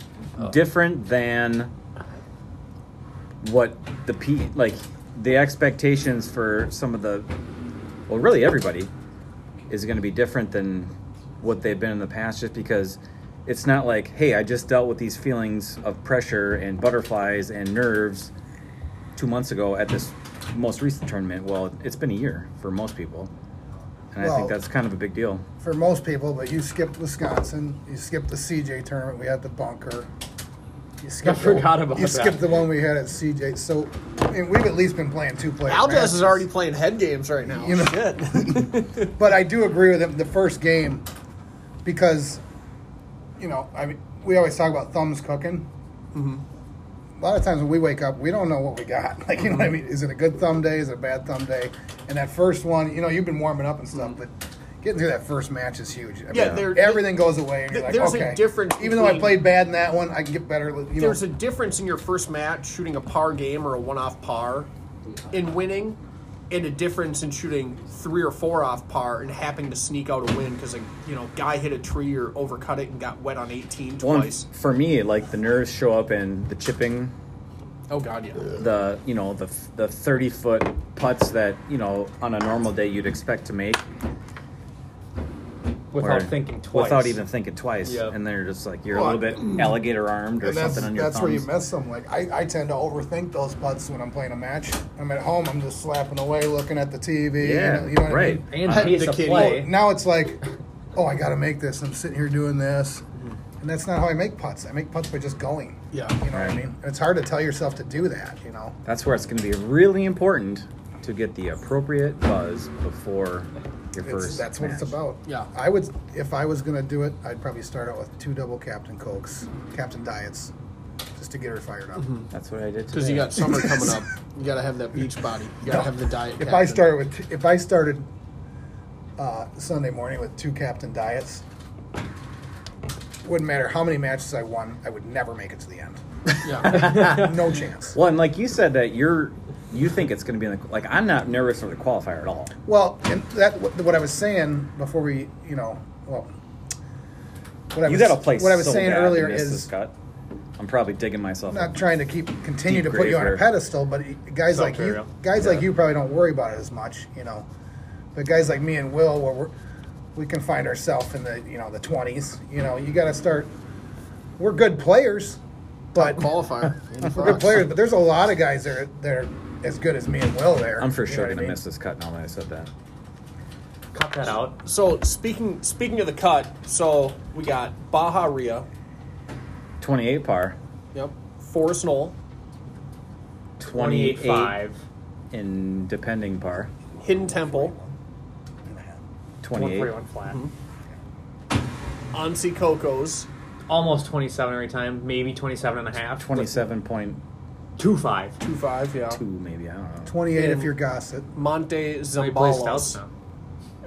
different than what the p like the expectations for some of the well, really everybody is going to be different than what they've been in the past, just because it's not like, hey, I just dealt with these feelings of pressure and butterflies and nerves two months ago at this most recent tournament. Well, it's been a year for most people, and I Well- think that's kind of a big deal. for most people, but you skipped Wisconsin. You skipped the CJ tournament. We had the bunker. You skipped forgot the, about You that. skipped the one we had at CJ. So, and we've at least been playing two player. Aldez matches. is already playing head games right now. You know- Shit. But I do agree with him the first game because, you know, I mean, we always talk about thumbs cooking. Mm-hmm. A lot of times when we wake up, we don't know what we got. Like, you know what I mean? Is it a good thumb day? Is it a bad thumb day? And that first one, you know, you've been warming up and stuff, but getting through that first match is huge. I mean, Mm-hmm. Yeah, there- everything goes away. And you're Th- like, there's a okay. difference Even though I between- played bad in that one, I can get better. You know, There's a difference in your first match shooting a par game or a one off par in winning, and a difference in shooting three or four off par and happening to sneak out a win because a you know guy hit a tree or overcut it and got wet on 18 Well, twice. for me, like the nerves show up in the chipping, Oh god, yeah. the you know the the thirty foot putts that you know on a normal day you'd expect to make without or- thinking twice. without even thinking twice, Yep. and they're just like you're Well, a little bit alligator armed or and that's, something on your that's where you thumbs. miss them. Like I, I tend to overthink those putts when I'm playing a match. I'm at home, I'm just slapping away, looking at the TV. yeah, you know, you know what I right. mean? and Uh, pace the of kid- play. Now it's like, oh, I got to make this. I'm sitting here doing this, and that's not how I make putts. I make putts by just going. Yeah. you know what I Mm-hmm. Right. mean. And it's hard to tell yourself to do that. You know, That's where it's going to be really important to get the appropriate buzz before your it's, first. that's what it's match. about. Yeah. I would if I was gonna do it, I'd probably start out with two double Captain Cokes, Captain Diets, just to get her fired up. Mm-hmm. That's what I did. Because you today. got summer coming up, you gotta have that beach body. You gotta have the diet. If I captain. started with, if I started uh, Sunday morning with two captain diets, wouldn't matter how many matches I won, I would never make it to the end. yeah, No chance. Well, and like you said that you're you think it's going to be in the, like I'm not nervous for the qualifier at all. Well, and that what what I was saying before we, you know, well, what I you was, got to play. what I was so saying bad to earlier miss is this cut. I'm probably digging myself. not up. trying to keep continue Deep to put you on a grave here. pedestal, but guys Sub like material. you, guys like you probably don't worry about it as much, you know. But guys like me and Will, where we're, we can find ourselves in the you know the twenties. You know, you got to start. We're good players, but qualifier. we're good players. But there's a lot of guys that are, that are as good as me and Will. There, I'm for sure going gonna to miss this cut now that I said that. Cut that out. So speaking speaking of the cut, so we got Baja Ria, 28 par, yep, Forest Knoll, 28 28-5. in depending par, Hidden Temple, 28. 141 flat. Mm-hmm. Ansi Cocos, Almost 27 every time, maybe 27 and a half. 27.2 25. two five, yeah. maybe I don't know. Twenty-eight if And- you're Gossett. Monte He plays Zambalos. stouts now.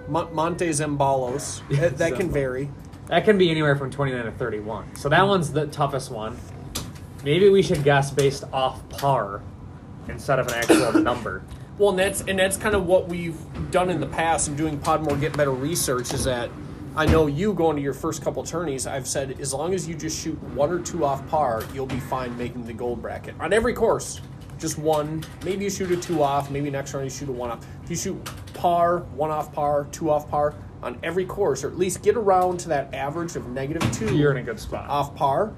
Mon- Monte Zambalos. that, that can Zambalos. vary. That can be anywhere from 29 to 31. So that one's the toughest one. Maybe we should guess based off par instead of an actual number. Well, and that's and that's kind of what we've done in the past and doing Podmore Get Better research is that I know you going to your first couple tourneys. I've said as long as you just shoot one or two off par, you'll be fine making the gold bracket on every course. Just one, maybe you shoot a two off, maybe next round you shoot a one off. If you shoot par, one off par, two off par on every course, or at least get around to that average of negative two, You're in a good spot. off par,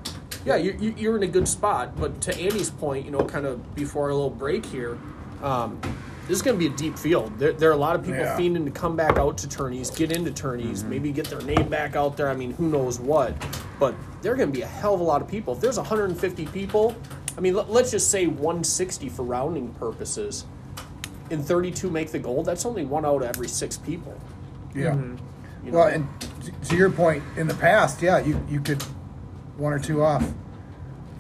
yeah, you, you, you're in a good spot. But to Andy's point, you know, kind of before our little break here, um, this is going to be a deep field. There, there are a lot of people Yeah. Mm-hmm. fiending to come back out to tourneys, get into tourneys, maybe get their name back out there. I mean, who knows what? But there are going to be a hell of a lot of people. If there's 150 people, I mean, let, let's just say 160 for rounding purposes. In 32 make the goal. That's only one out of every six people. Yeah. You Well, know? and t- to your point, in the past, yeah, you, you could one or two off,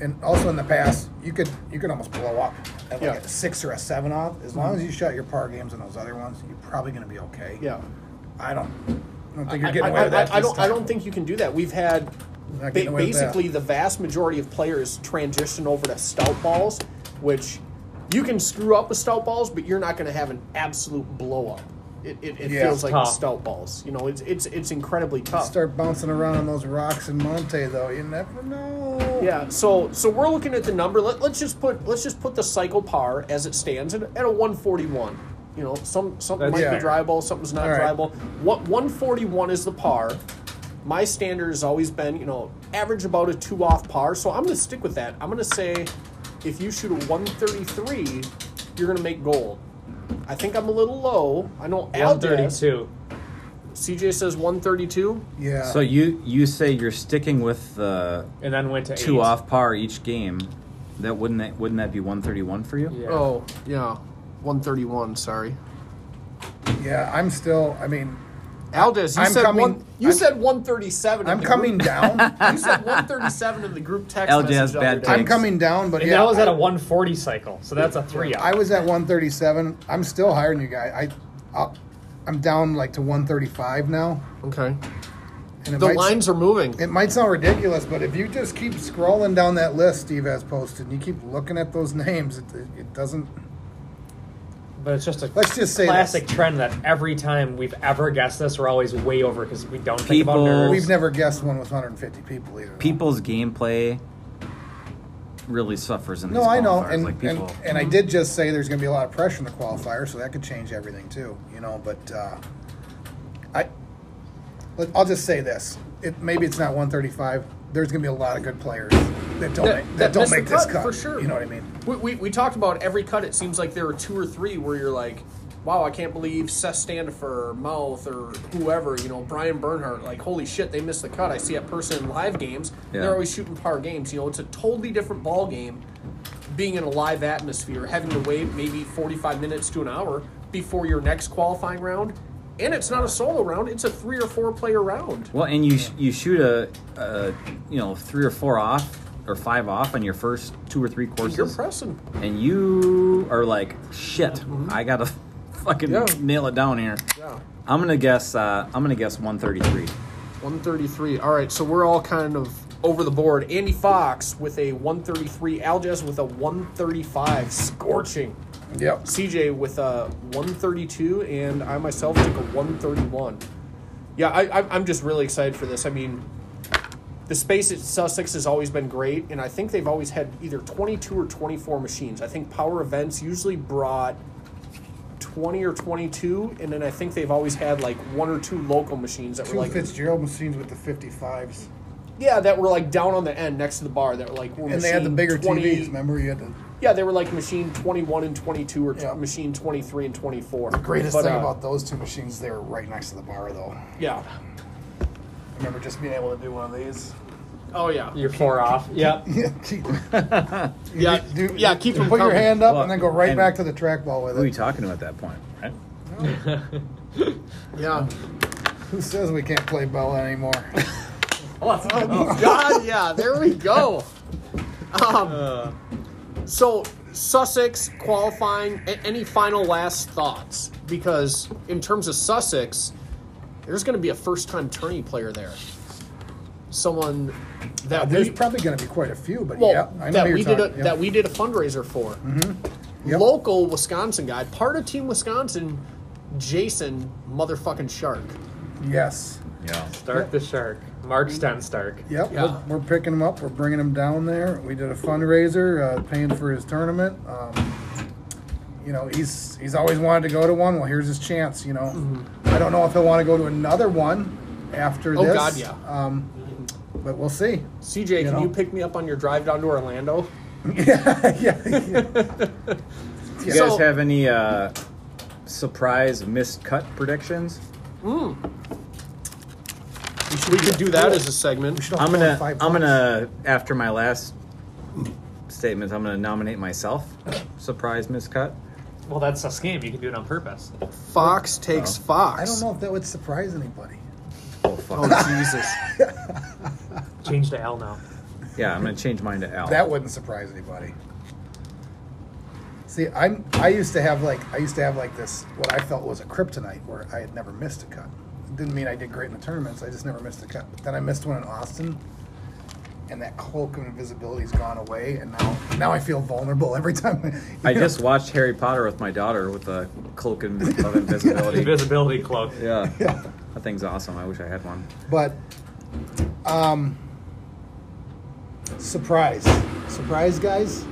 and also in the past, you could you could almost blow up at like Yeah. Mm-hmm. a six or a seven off. As long as you shut your par games and those other ones, you're probably going to be okay. yeah. I don't. I don't think I- you're getting I, away with I- that. I this don't. I time. don't think you can do that. We've had Not ba- getting away with that. basically the vast majority of players transition over to stout balls, which you can screw up with stout balls, but you're not going to have an absolute blow up. It, it, it Yeah. feels like Tough. with stout balls. You know, it's it's it's incredibly tough. Start bouncing around on those rocks in Monte, though. You never know. Yeah. So so we're looking at the number. Let, let's just put let's just put the cycle par as it stands at, at a 141. You know, some something That's might fair. be dry ball, something's not All right. dry ball. What 141 is the par. My standard has always been, you know, average about a two off par. So I'm going to stick with that. I'm going to say, if you shoot a 133, you're going to make gold. I think I'm a little low. I know Al does. 132. CJ says 132. Yeah. So you you say you're sticking with the And then went to two eight. off par each game. That wouldn't that, wouldn't that be 131 for you? Yeah. Oh yeah, 131. Sorry. yeah, I'm still. I mean, Aldis, you I'm said coming- one, you I'm- said 137. in I'm the coming group- down. You said 137 in the group text. Aldis, message the other bad day. take. I'm coming down, but And yeah, that was at I- a 140 cycle, so that's a three I up. was at 137. I'm still higher than you guys. I, I I'm down like to 135 now. Okay. And it The might, lines are moving. It might sound ridiculous, but if you just keep scrolling down that list Steve has posted, and you keep looking at those names, it, it, it doesn't. But it's just a Let's just say classic trend that every time we've ever guessed this, we're always way over because we don't think about People- nerves. We've never guessed one with 150 people either. People's gameplay really suffers in No, these I know, qualifiers. and like and, people. and I did just say there's going to be a lot of pressure in the qualifier, so that could change everything too. You know, but uh, I, let- I'll just say this: it maybe it's not 135. There's going to be a lot of good players that don't That- make, that, that don't miss the make this cut, cut for sure. You know what I mean? We, we, we talked about every cut. It seems like there were two or three where you're like, wow, I can't believe Seth Standifer, or Mouth, or whoever, you know, Brian Bernhardt. Like, holy shit, they missed the cut. I see that person in live games. Yeah. They're always shooting par games. You know, it's a totally different ball game being in a live atmosphere, having to wait maybe 45 minutes to an hour before your next qualifying round. And it's not a solo round, it's a three or four player round. Well, and you sh- you shoot a, a you know three or four off or five off on your first two or three courses, You're pressing. and you are like, shit, Mm-hmm. I gotta fucking Yeah. nail it down here. Yeah. I'm gonna guess. Uh, I'm gonna guess 133. 133. All right, so we're all kind of over the board. Andy Fox with a 133. Alges with a 135. Scorching. Yep. CJ with a 132, and I myself took a 131. Yeah, I, I, I'm just really excited for this. I mean, the space at Sussex has always been great, and I think they've always had either 22 or 24 machines. I think power events usually brought 20 or 22, and then I think they've always had like one or two local machines that Two were like Fitzgerald machines with the 55s, yeah, that were like down on the end next to the bar. That were like were and they had the machine bigger 20 TVs. Remember, you had the Yeah, they were like machine twenty one and twenty two, or t- Yeah. machine twenty three and twenty four. greatest uh, thing about those two machines. They were right next to the bar, though. yeah, I remember just being able to do one of these. oh yeah, You're four off. Yep. Yeah, keep, yeah, do- yeah. Keep them put your coming. hand up Well, and then go right and- back to the trackball with Who are you it. talking to at that point? Right? Yeah. Who says we can't play Bella anymore? Let's go. God, yeah. There we go. Um, so Sussex qualifying. A- any final last thoughts? Because in terms of Sussex, there's going to be a first time tourney player there. Someone that Uh, There's we, probably going to be quite a few, but well, yeah, I know that who you're we did a, talking- yeah. Mm-hmm. that we did a fundraiser for. Yep. Local Wisconsin guy, part of Team Wisconsin, Jason motherfucking Shark. Yes. Yeah. Stark the shark. Mark Sten Stark. Yep. Yeah. We're, we're picking him up. We're bringing him down there. We did a fundraiser, uh, paying for his tournament. Um, you know, he's he's always wanted to go to one. Well, here's his chance. You know, Mm-hmm. I don't know if he'll want to go to another one after Oh, this. God, yeah. Um, but we'll see. CJ, can know? you pick me up on your drive down to Orlando? yeah, yeah, yeah. Do you So- guys have any uh, surprise missed cut predictions? We could do that as a segment. should all I'm throw in gonna. five I'm bucks. gonna. After my last statement, I'm gonna nominate myself. Surprise miscut. Well, that's a scam. You can do it on purpose. Fox takes Fox. I don't know if that would surprise anybody. Oh fuck. Oh Jesus! Change to L now. Yeah, I'm gonna change mine to Al. That wouldn't surprise anybody. See, I'm I used to have like I used to have like this what I felt was a kryptonite where I had never missed a cut. It didn't mean I did great in the tournaments. I just never missed a cut. But then I missed one in Austin, and that cloak of invisibility's gone away, and now now I feel vulnerable every time. I, I just watched Harry Potter with my daughter with the cloak in- of invisibility. Invisibility cloak. yeah, Yeah. that thing's awesome. I wish I had one. But um, surprise, surprise, guys.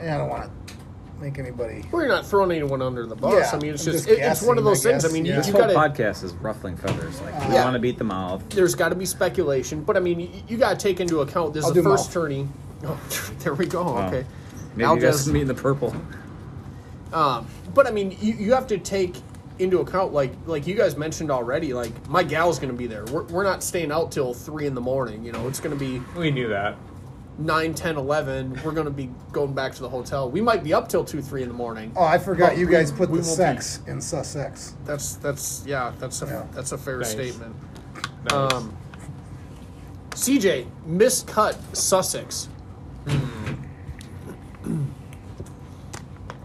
I don't want to make anybody. We're not throwing anyone under the bus. Yeah, I mean, it's I'm just, just it- it's one of guessing, those things. I I guess, mean, yeah. you, This you whole gotta podcast is ruffling feathers. Like we Yeah. want to beat the mouth. there's got to be speculation, but I mean, you, you got to take into account this I'll is the do first mouth. tourney. Oh, there we go. Okay. Maybe Al you guys does- meet in the purple. Um, but I mean, you, you have to take into account like like you guys mentioned already. Like my gal's going to be there. We're, we're not staying out till three in the morning. You know, it's going to be We knew that. 9, 10, 11. We're going to be going back to the hotel. We might be up till two, three in the morning. Oh, I forgot But you we- guys put we the won't sex in Sussex. That's that's yeah. That's a Yeah. that's a fair Nice. statement. Nice. Um, CJ miscut Sussex.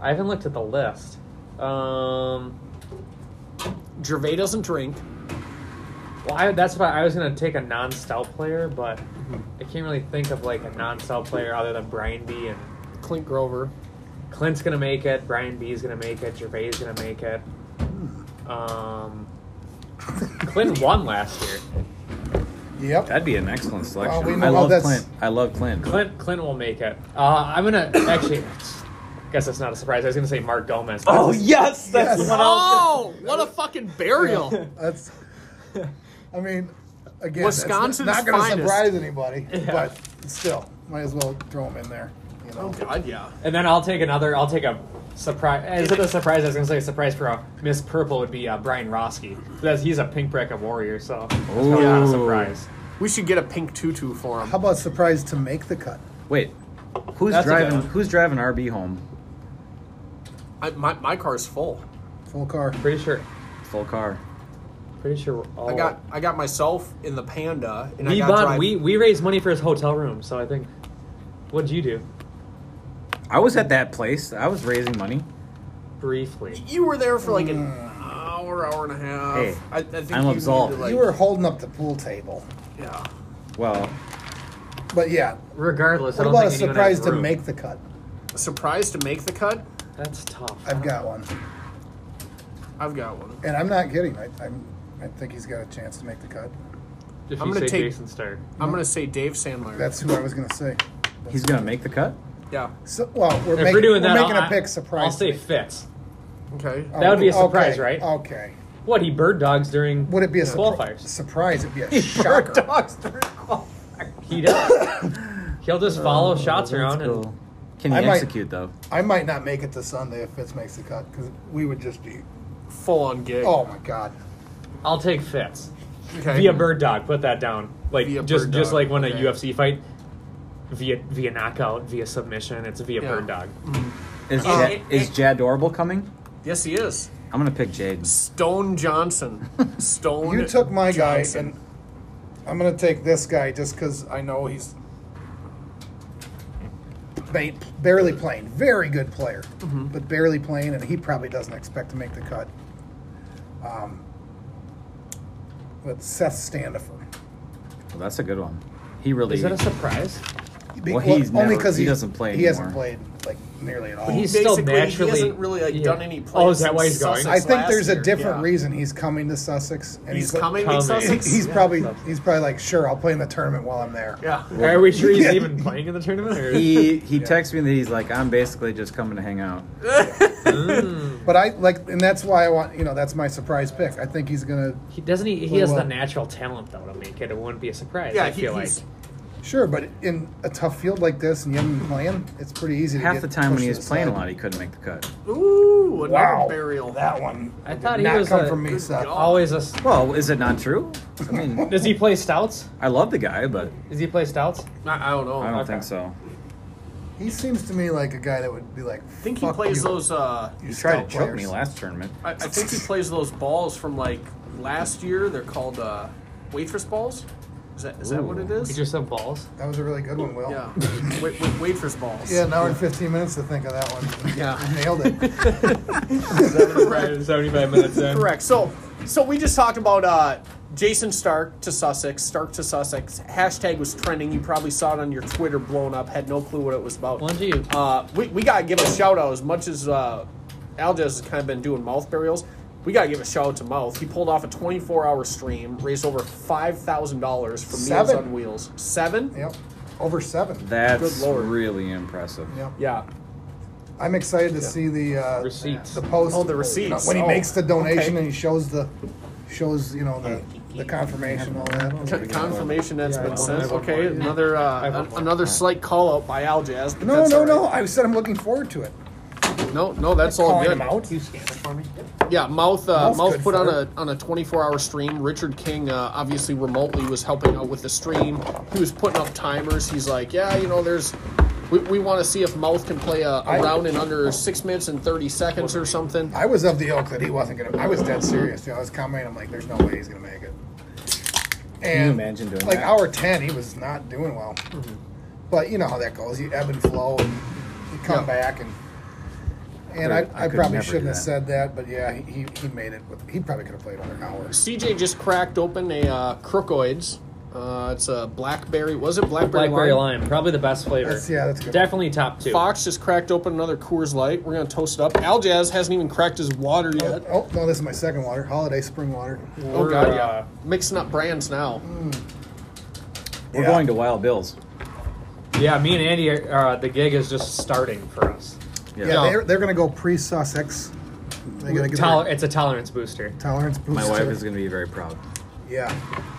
I haven't looked at the list. Um, Gervais doesn't drink. well, I, that's what I, was gonna take a non-stout player, but Mm-hmm. I can't really think of like a non-stout player other than Brian B. And Clint Grover. Clint's gonna make it. Brian B. is gonna make it. Gervais is gonna make it. Um, Clint won last year. Yep. That'd be an excellent selection. Well, we know I love that's- Clint. I love Clint. Clint Clint will make it. Uh, I'm gonna actually. I guess that's not a surprise. I was gonna say Mark Gomez. but Oh yes, Yes. that's the one I was- Oh, what a fucking burial! That's. I mean, again, Wisconsin's Wisconsin's not going to finest. surprise anybody, but still, might as well throw them in there. You know, Oh God, yeah. And then I'll take another. I'll take a surprise. Is it a surprise? I was gonna say a surprise for a Miss Purple would be uh, Brian Roski. That's, he's a pink bracket warrior, so that's probably not a Ooh. surprise. We should get a pink tutu for him. how about surprise to make the cut? Wait, who's That's a good driving? one. Who's driving RB home? I, my my car's full. Full car. Pretty sure. Full car. Pretty sure. we're All, I got Oh. I got myself in the Panda, and We I got bought. drive- We we raised money for his hotel room, so I think. What'd you do? I was at that place. I was raising money. Briefly. You were there for like an Mm. hour, hour and a half. Hey, I, I think I'm you absolved. need to, like- you were holding up the pool table, yeah. Well, but yeah. Regardless, What I don't about a think anyone has surprise to room. make the cut? Surprised to make the cut. That's tough. I've got one, I've got one. and I'm not kidding. I, I'm, I think he's got a chance to make the cut. If I'm you gonna say take- Jason Starr. I'm gonna say Dave Sandler. That's who I was going to say. he's gonna make the cut. yeah. So, well, we're If making, we're doing that, making I'll, a pick. I'll Surprise. to say make- Fitz. Okay. Oh, That would be a okay, surprise, right? Okay. What he bird dogs during? Would it be a surpri- qualifiers? surprise? It'd be a shocker. He does. He'll just follow shots around and Can you I might- execute though? I might not make it to Sunday if Fitz makes the cut because we would just be. Full on gig. Oh my God! I'll take Fitz. Okay. Via bird dog, put that down. Like Via just bird just dog, like when okay. a UFC fight, via via knockout, via submission, it's via Yeah. bird dog. Is Oh, Uh, Jad, is Jad Dorable coming? Yes, he is. I'm gonna pick Jade. Stone Johnson. Stone. You took my guy, Johnson. and I'm gonna take this guy just because I know he's ba- barely playing. Very good player, Mm-hmm. but barely playing, and he probably doesn't expect to make the cut. Um, but Seth Standifer. Well, that's a good one. He really. Is that a surprise? Be- Well, he's only never- because he doesn't play He hasn't anymore. played like nearly at all. But he's still Basically, naturally. he hasn't really like yeah. done any plays. Oh, is that why he's in going? I Sussex think last there's year. a different Yeah. reason he's coming to Sussex, and He's he's, coming. coming. He's Sussex. He's Yeah. probably he's probably like, sure, I'll play in the tournament while I'm there. Yeah. Are we sure he's Yeah. even playing in the tournament? Or? He he texts me that he's like, I'm basically just coming to hang out. But I like, and that's why I want you know that's my surprise pick. I think he's gonna He doesn't. e, He, he Play has the well. natural talent though to make it. It wouldn't be a surprise. Yeah, I he- feel like he's- sure, but in a tough field like this, and you haven't been playing, it's pretty easy. to Half get the time when pushed he to was the playing a side. lot, he couldn't make the cut. Ooh, another Wow, burial. that one. I did thought he not was come a from me, good Seth. golf- always a. s- Well, is it not true? I mean, Does he play stouts? I love the guy, but Does he play stouts? I, I don't know. I I don't Okay. think so. He seems to me like a guy that would be like. think he "Fuck plays you, those. Uh, you He tried stout to choke me players." last tournament. I, I think he plays those balls from like last year. They're called uh, waitress balls. Is that is that what it He is? just said balls. That was a really good one, Will. yeah. Wait, waitress balls. Yeah, an hour and 15 minutes to think of that one. Yeah. You nailed it. Correct. Seventy-five minutes in. Correct. So, so we just talked about uh, Jason Stark to Sussex. Stark to Sussex. Hashtag was trending. You probably saw it on your Twitter, blown up. Had no clue what it was about. One to you. Uh, we, we gotta give a shout out as much as uh, Aldez has kind of been doing mouth burials. We gotta give a shout out to Mouth. He pulled off a 24 hour stream, raised over five thousand dollars for Meals Seven. on Wheels. Seven. Yep. Over seven. That's Good lord. really impressive. Yep. Yeah. I'm excited to see the uh, Receipts. the post. Oh, the receipts. when he Oh, makes the donation okay. and he shows the shows you know the the confirmation all that. Con- confirmation that's Yeah, I been want sent. one. Okay, another I uh, want one. another slight call out by Aljaz. but No, that's no, all no. right. I said I'm looking forward to it. no, no. That's all Calling good. him out. You scan it for me. Yeah, mouth uh, Mouth's mouth good put for on it. a on a 24 hour stream. Richard King uh, obviously remotely was helping out with the stream. He was putting up timers. He's like, yeah, you know, there's we, we want to see if mouth can play a, a I- round in under six minutes and 30 seconds or something. I was of the ilk that he wasn't gonna. I was dead serious. You know, I was commenting. I'm like, there's no way he's gonna make it. And you imagine doing like that? Mm-hmm. hour ten, he was not doing well. But you know how that goes. You ebb and flow, and you come back and. And I, Right, I I, could probably never do shouldn't have that. said that, but yeah, he, he, he made it. With, he probably could have played another hour. CJ just cracked open a uh, Crookoids. Uh, it's a blackberry. Was it blackberry? Blackberry lime? lime, probably the best flavor. That's yeah, that's good. Definitely top two. Fox just cracked open another Coors Light. We're gonna toast it up. Aljaz hasn't even cracked his water Oh, yet. oh, no, this is my second water. Holiday spring water. Oh We're, god, yeah. uh, Mixing up brands now. We're Yeah. going to Wild Bill's. Yeah, me and Andy, are, uh, the gig is just starting for us. Yeah, Yeah. Yeah. they're, they're gonna go pre Sussex. They gotta get Tol- their it's a tolerance booster. tolerance boost. My to wife it. is going to be very proud. Yeah,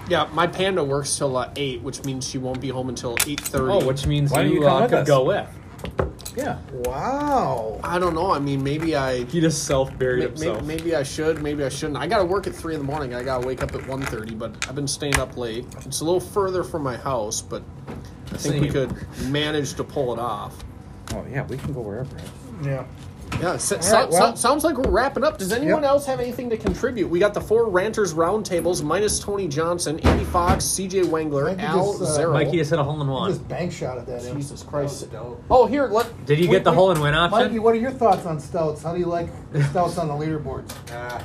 Yeah, my panda works till uh, eight, which means she won't be home until eight thirty. Oh, which means Why don't you, you come uh, with could us? go with. Yeah. wow. I don't know. I mean, maybe I He just self buried maybe, maybe I should, maybe I shouldn't. I got to work at three in the morning. I got to wake up at one thirty, but I've been staying up late. It's a little further from my house, but I think we Same. could manage to pull it off. Oh yeah, we can go wherever. Yeah. Yeah, s- so, right, so- well- sounds like we're wrapping up. Does anyone Yep. else have anything to contribute? We got the four ranters roundtables minus Tony Johnson, Andy Fox, C.J. I Wengler, think Al it's, uh, Zero. Mikey just hit a hole in one. Just bank shot at that. in. Jesus Christ! Oh, here, let Did you get the hole in one option? Mikey, what are your thoughts on stouts? How do you like the stouts on the leaderboards? Ah,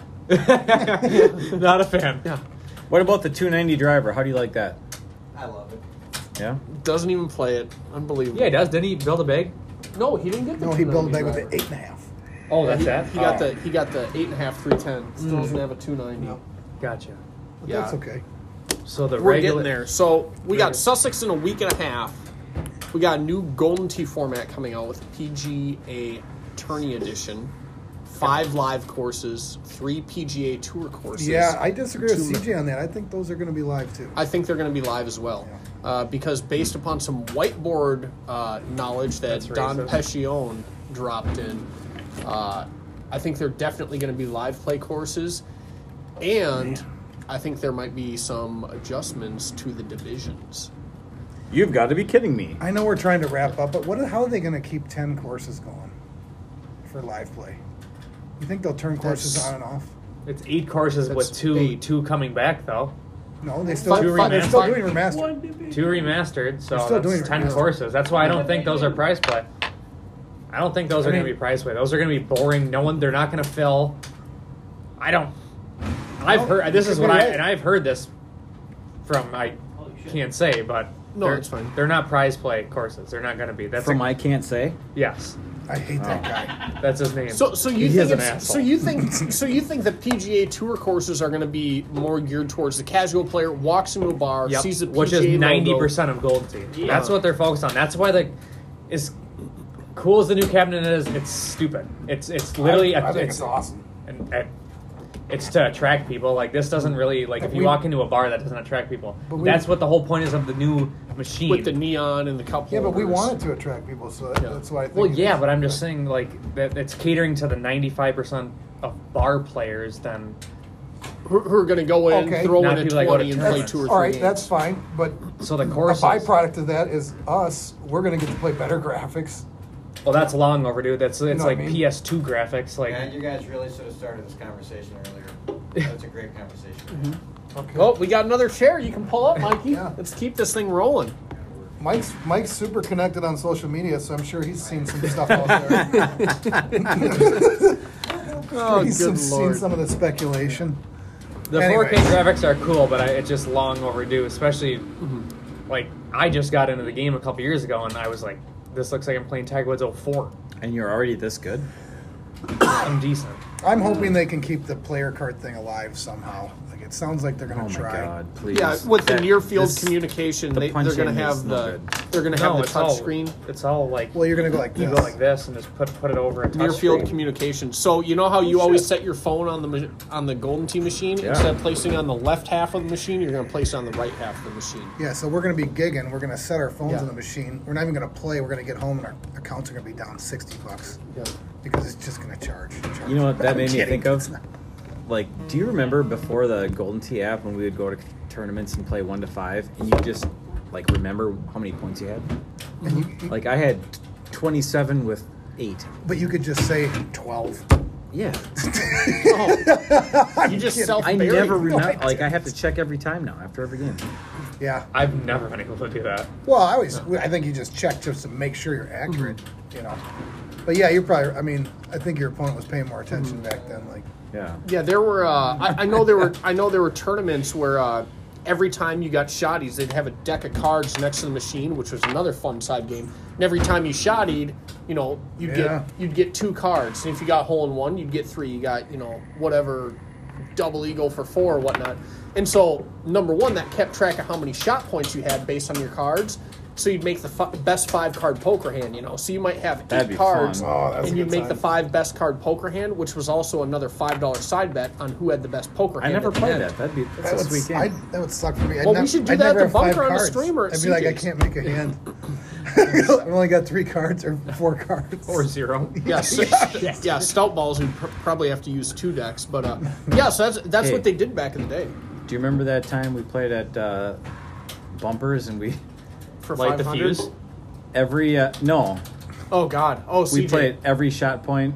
Not a fan. Yeah. What about the 290 driver? How do you like that? I love it. Yeah. doesn't even play it. Unbelievable. Yeah, he does. Didn't he build a bag? No, he didn't get the. No, he two built a ninety bag with driver. an eight and a half. Oh, Mm-hmm. that's He, that? he got the he got the eight and a half three ten. Still doesn't have a two ninety. No. Gotcha. But Yeah. that's okay. So the We're regular. getting there. So we got Right. Sussex in a week and a half. We got a new Golden Tee format coming out with PGA Tourney Edition. Five live courses, three PGA Tour courses. Yeah, I disagree with Two- CJ on that. I think those are going to be live too. I think they're going to be live as well, Yeah. uh, because based upon some whiteboard uh, knowledge that That's Don racist. Pescione dropped in, uh, I think they're definitely going to be live play courses, and I think there might be some adjustments to the divisions. You've got to be kidding me. I know we're trying to wrap up, but what? How are they going to keep ten courses going for live play? You think they'll turn courses That's- on and off? It's eight courses with That's two eight. two coming back, though. No, they still Two they're still remasters. doing remastered. Two remastered, so They're still that's doing ten remastered. courses. That's why I don't think those are prize play. I don't think those I are mean- going to be prize play. Those are going to be boring. No one. They're not going to fill. I don't. I've Well, heard. This you is could what be I right. and I've heard this from. I can't say, but No, they're, that's fine. They're not prize play courses. They're not going to be. That's From a- I can't say. Yes, I hate that guy. that's his name. So, so you He think is an it's, so asshole. you think so you think the PGA Tour courses are going to be more geared towards the casual player walks into a bar, Yep. sees the PGA which is ninety logo. percent of Gold Team. Yeah. That's what they're focused on. That's why the as cool as the new cabinet is, it's stupid. It's it's literally I, I think it's, it's, awesome. and, and it's to attract people. Like this doesn't really like if you We- walk into a bar that doesn't attract people. But we- That's what the whole point is of the new machine. with the neon and the cup. Yeah, but we holders. wanted to attract people, so that, Yeah. that's why I think. well, it yeah, is. but I'm just saying like that it's catering to the ninety five percent of bar players. Then who, who are going to go in, Okay. throw in Not a people that go to twenty, and tennis. play two or three. all right, games. that's fine. But so the a courses. byproduct of that is us. We're going to get to play better graphics. Well, that's long overdue. That's it's know what like I mean? PS2 graphics. Like Man, you guys really should have started this conversation earlier. That's a great conversation. Mm-hmm. Okay. Oh, we got another chair you can pull up, Mikey. Yeah. Let's keep this thing rolling. Mike's Mike's super connected on social media, so I'm sure he's seen some stuff out there. Oh, he's some, good seen lord. some of the speculation. The Anyway. 4K graphics are cool, but I, it's just long overdue. Especially, Mm-hmm. like I just got into the game a couple years ago, and I was like, "This looks like I'm playing oh Tiger Woods 04. And you're already this good. I'm decent." I'm hoping they can keep the player card thing alive somehow. Like it sounds like they're Oh going my to try. god! Please. Yeah, with the That- near field this- communication, the they, they're going punching to is have no the good. they're going to have No, the it's all touch screen. It's all like Well, you're going to go like you this. go like this and just put put it over a touch Near field screen. communication. So you know how Oh, you always set your phone on the ma- on the golden tee machine Yeah. instead of placing on the left half of the machine, you're going to place it on the right half of the machine. Yeah, so we're going to be gigging. We're going to set our phones Yeah. in the machine. We're not even going to play. We're going to get home and our accounts are going to be down 60 bucks because it's just going to charge. charge. You know what that I'm made me kidding. think of? Like, do you remember before the Golden Tee app when we would go to tournaments and play one to five, and you just like remember how many points you had? And Mm-hmm. you- Like I had twenty-seven with eight. but you could just say 12. Yeah, you Oh. just self I never buried. remember. Like I have to check every time now after every game. Yeah. I've never been able to do that. Well, I always, I think you just check just to make sure you're accurate, Mm-hmm. you know. But yeah, you're probably, I mean, I think your opponent was paying more attention Mm-hmm. back then. Like, Yeah. Yeah, there were. Uh, I, I know there were. I know there were tournaments where uh, every time you got shotties, they'd have a deck of cards next to the machine, which was another fun side game. And every time you shottied, you know, you'd Yeah. get you'd get two cards. And if you got hole in one, you'd get three. You got you know whatever double eagle for four or whatnot. And so number one, that kept track of how many shot points you had based on your cards. So you'd make the fi- best five card poker hand, you know. So you might have That'd eight be cards, fun. Oh, that's a and you'd good make time. the five best card poker hand, which was also another five dollar side bet on who had the best poker I hand. never at the played end. that. That'd be that's that a would, sweet game. I'd- that would suck for me. I'd Well, we nev- should do I'd that at never the have five bunker on the cards. streamer at I'd be like, I CJ's. can't make a hand. I've only got three cards or four cards. Or zero. Yeah, so, yeah, stout balls. You'd pr- probably have to use two decks, but uh, yeah. So that's that's Hey. what they did back in the day. Do you remember that time we played at uh, Bumpers and we For Light the 500? fuse. every uh, no Oh God. Oh, we CJ. played every shot point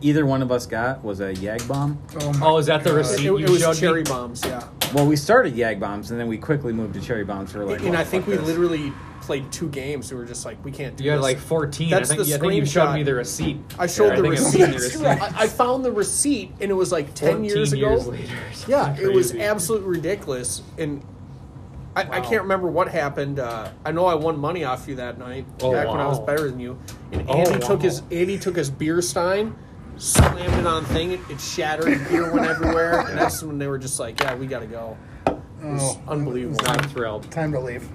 either one of us got was a yag bomb. Oh, my Oh, is that the God. It, receipt Uh, it you showed was cherry me? bombs. Yeah. Well, we started Yag bombs and then we quickly moved to cherry bombs for like. and well, I think fuck we this. literally played two games. We were just like, we can't do. You had this. like fourteen. That's I think, the yeah, I think you showed screenshot. me the receipt. I showed I the think I've receipt. seen the receipt. I, I found the receipt, and it was like ten 14 years ago. later. Yeah, it was Crazy. absolutely ridiculous, and I, I can't remember what happened. Uh, I know I won money off you that night Oh, back when I was wow. better than you. And Oh, Andy took wow. his Andy took his beer stein, slammed it on thing. It, it shattered. Beer went everywhere. And that's when they were just like, "Yeah, we got to go." It was Oh. unbelievable. I'm thrilled. Time to leave.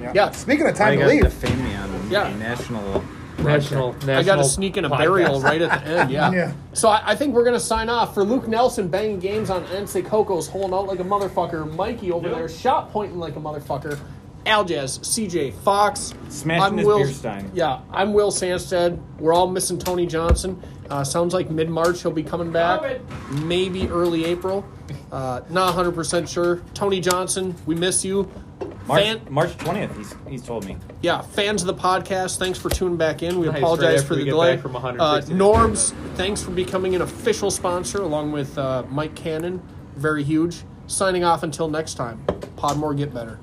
Yeah. Speaking of I time to got to leave. defame me on Yeah. a national. National, national. I got to sneak in a burial podcast. right at the end. Yeah. Yeah. So I, I think we're gonna sign off for Luke Nelson banging games on NC Coco's holding out like a motherfucker. Mikey over there shot pointing like a motherfucker. Aljaz, CJ Fox, Smashing his beer stein. Yeah, I'm Will Sanstead. We're all missing Tony Johnson. Uh, sounds like mid March he'll be coming back, maybe early April. Uh, not 100 percent sure. Tony Johnson, we miss you. March, Fan- March 20th, he's, he's told me. yeah, fans of the podcast, thanks for tuning back in. We Nice, right apologize after for we the get delay. back from uh, 150 Norbs, thanks for becoming an official sponsor along with uh, Mike Cannon. Very huge. Signing off until next time. Podmore, get better.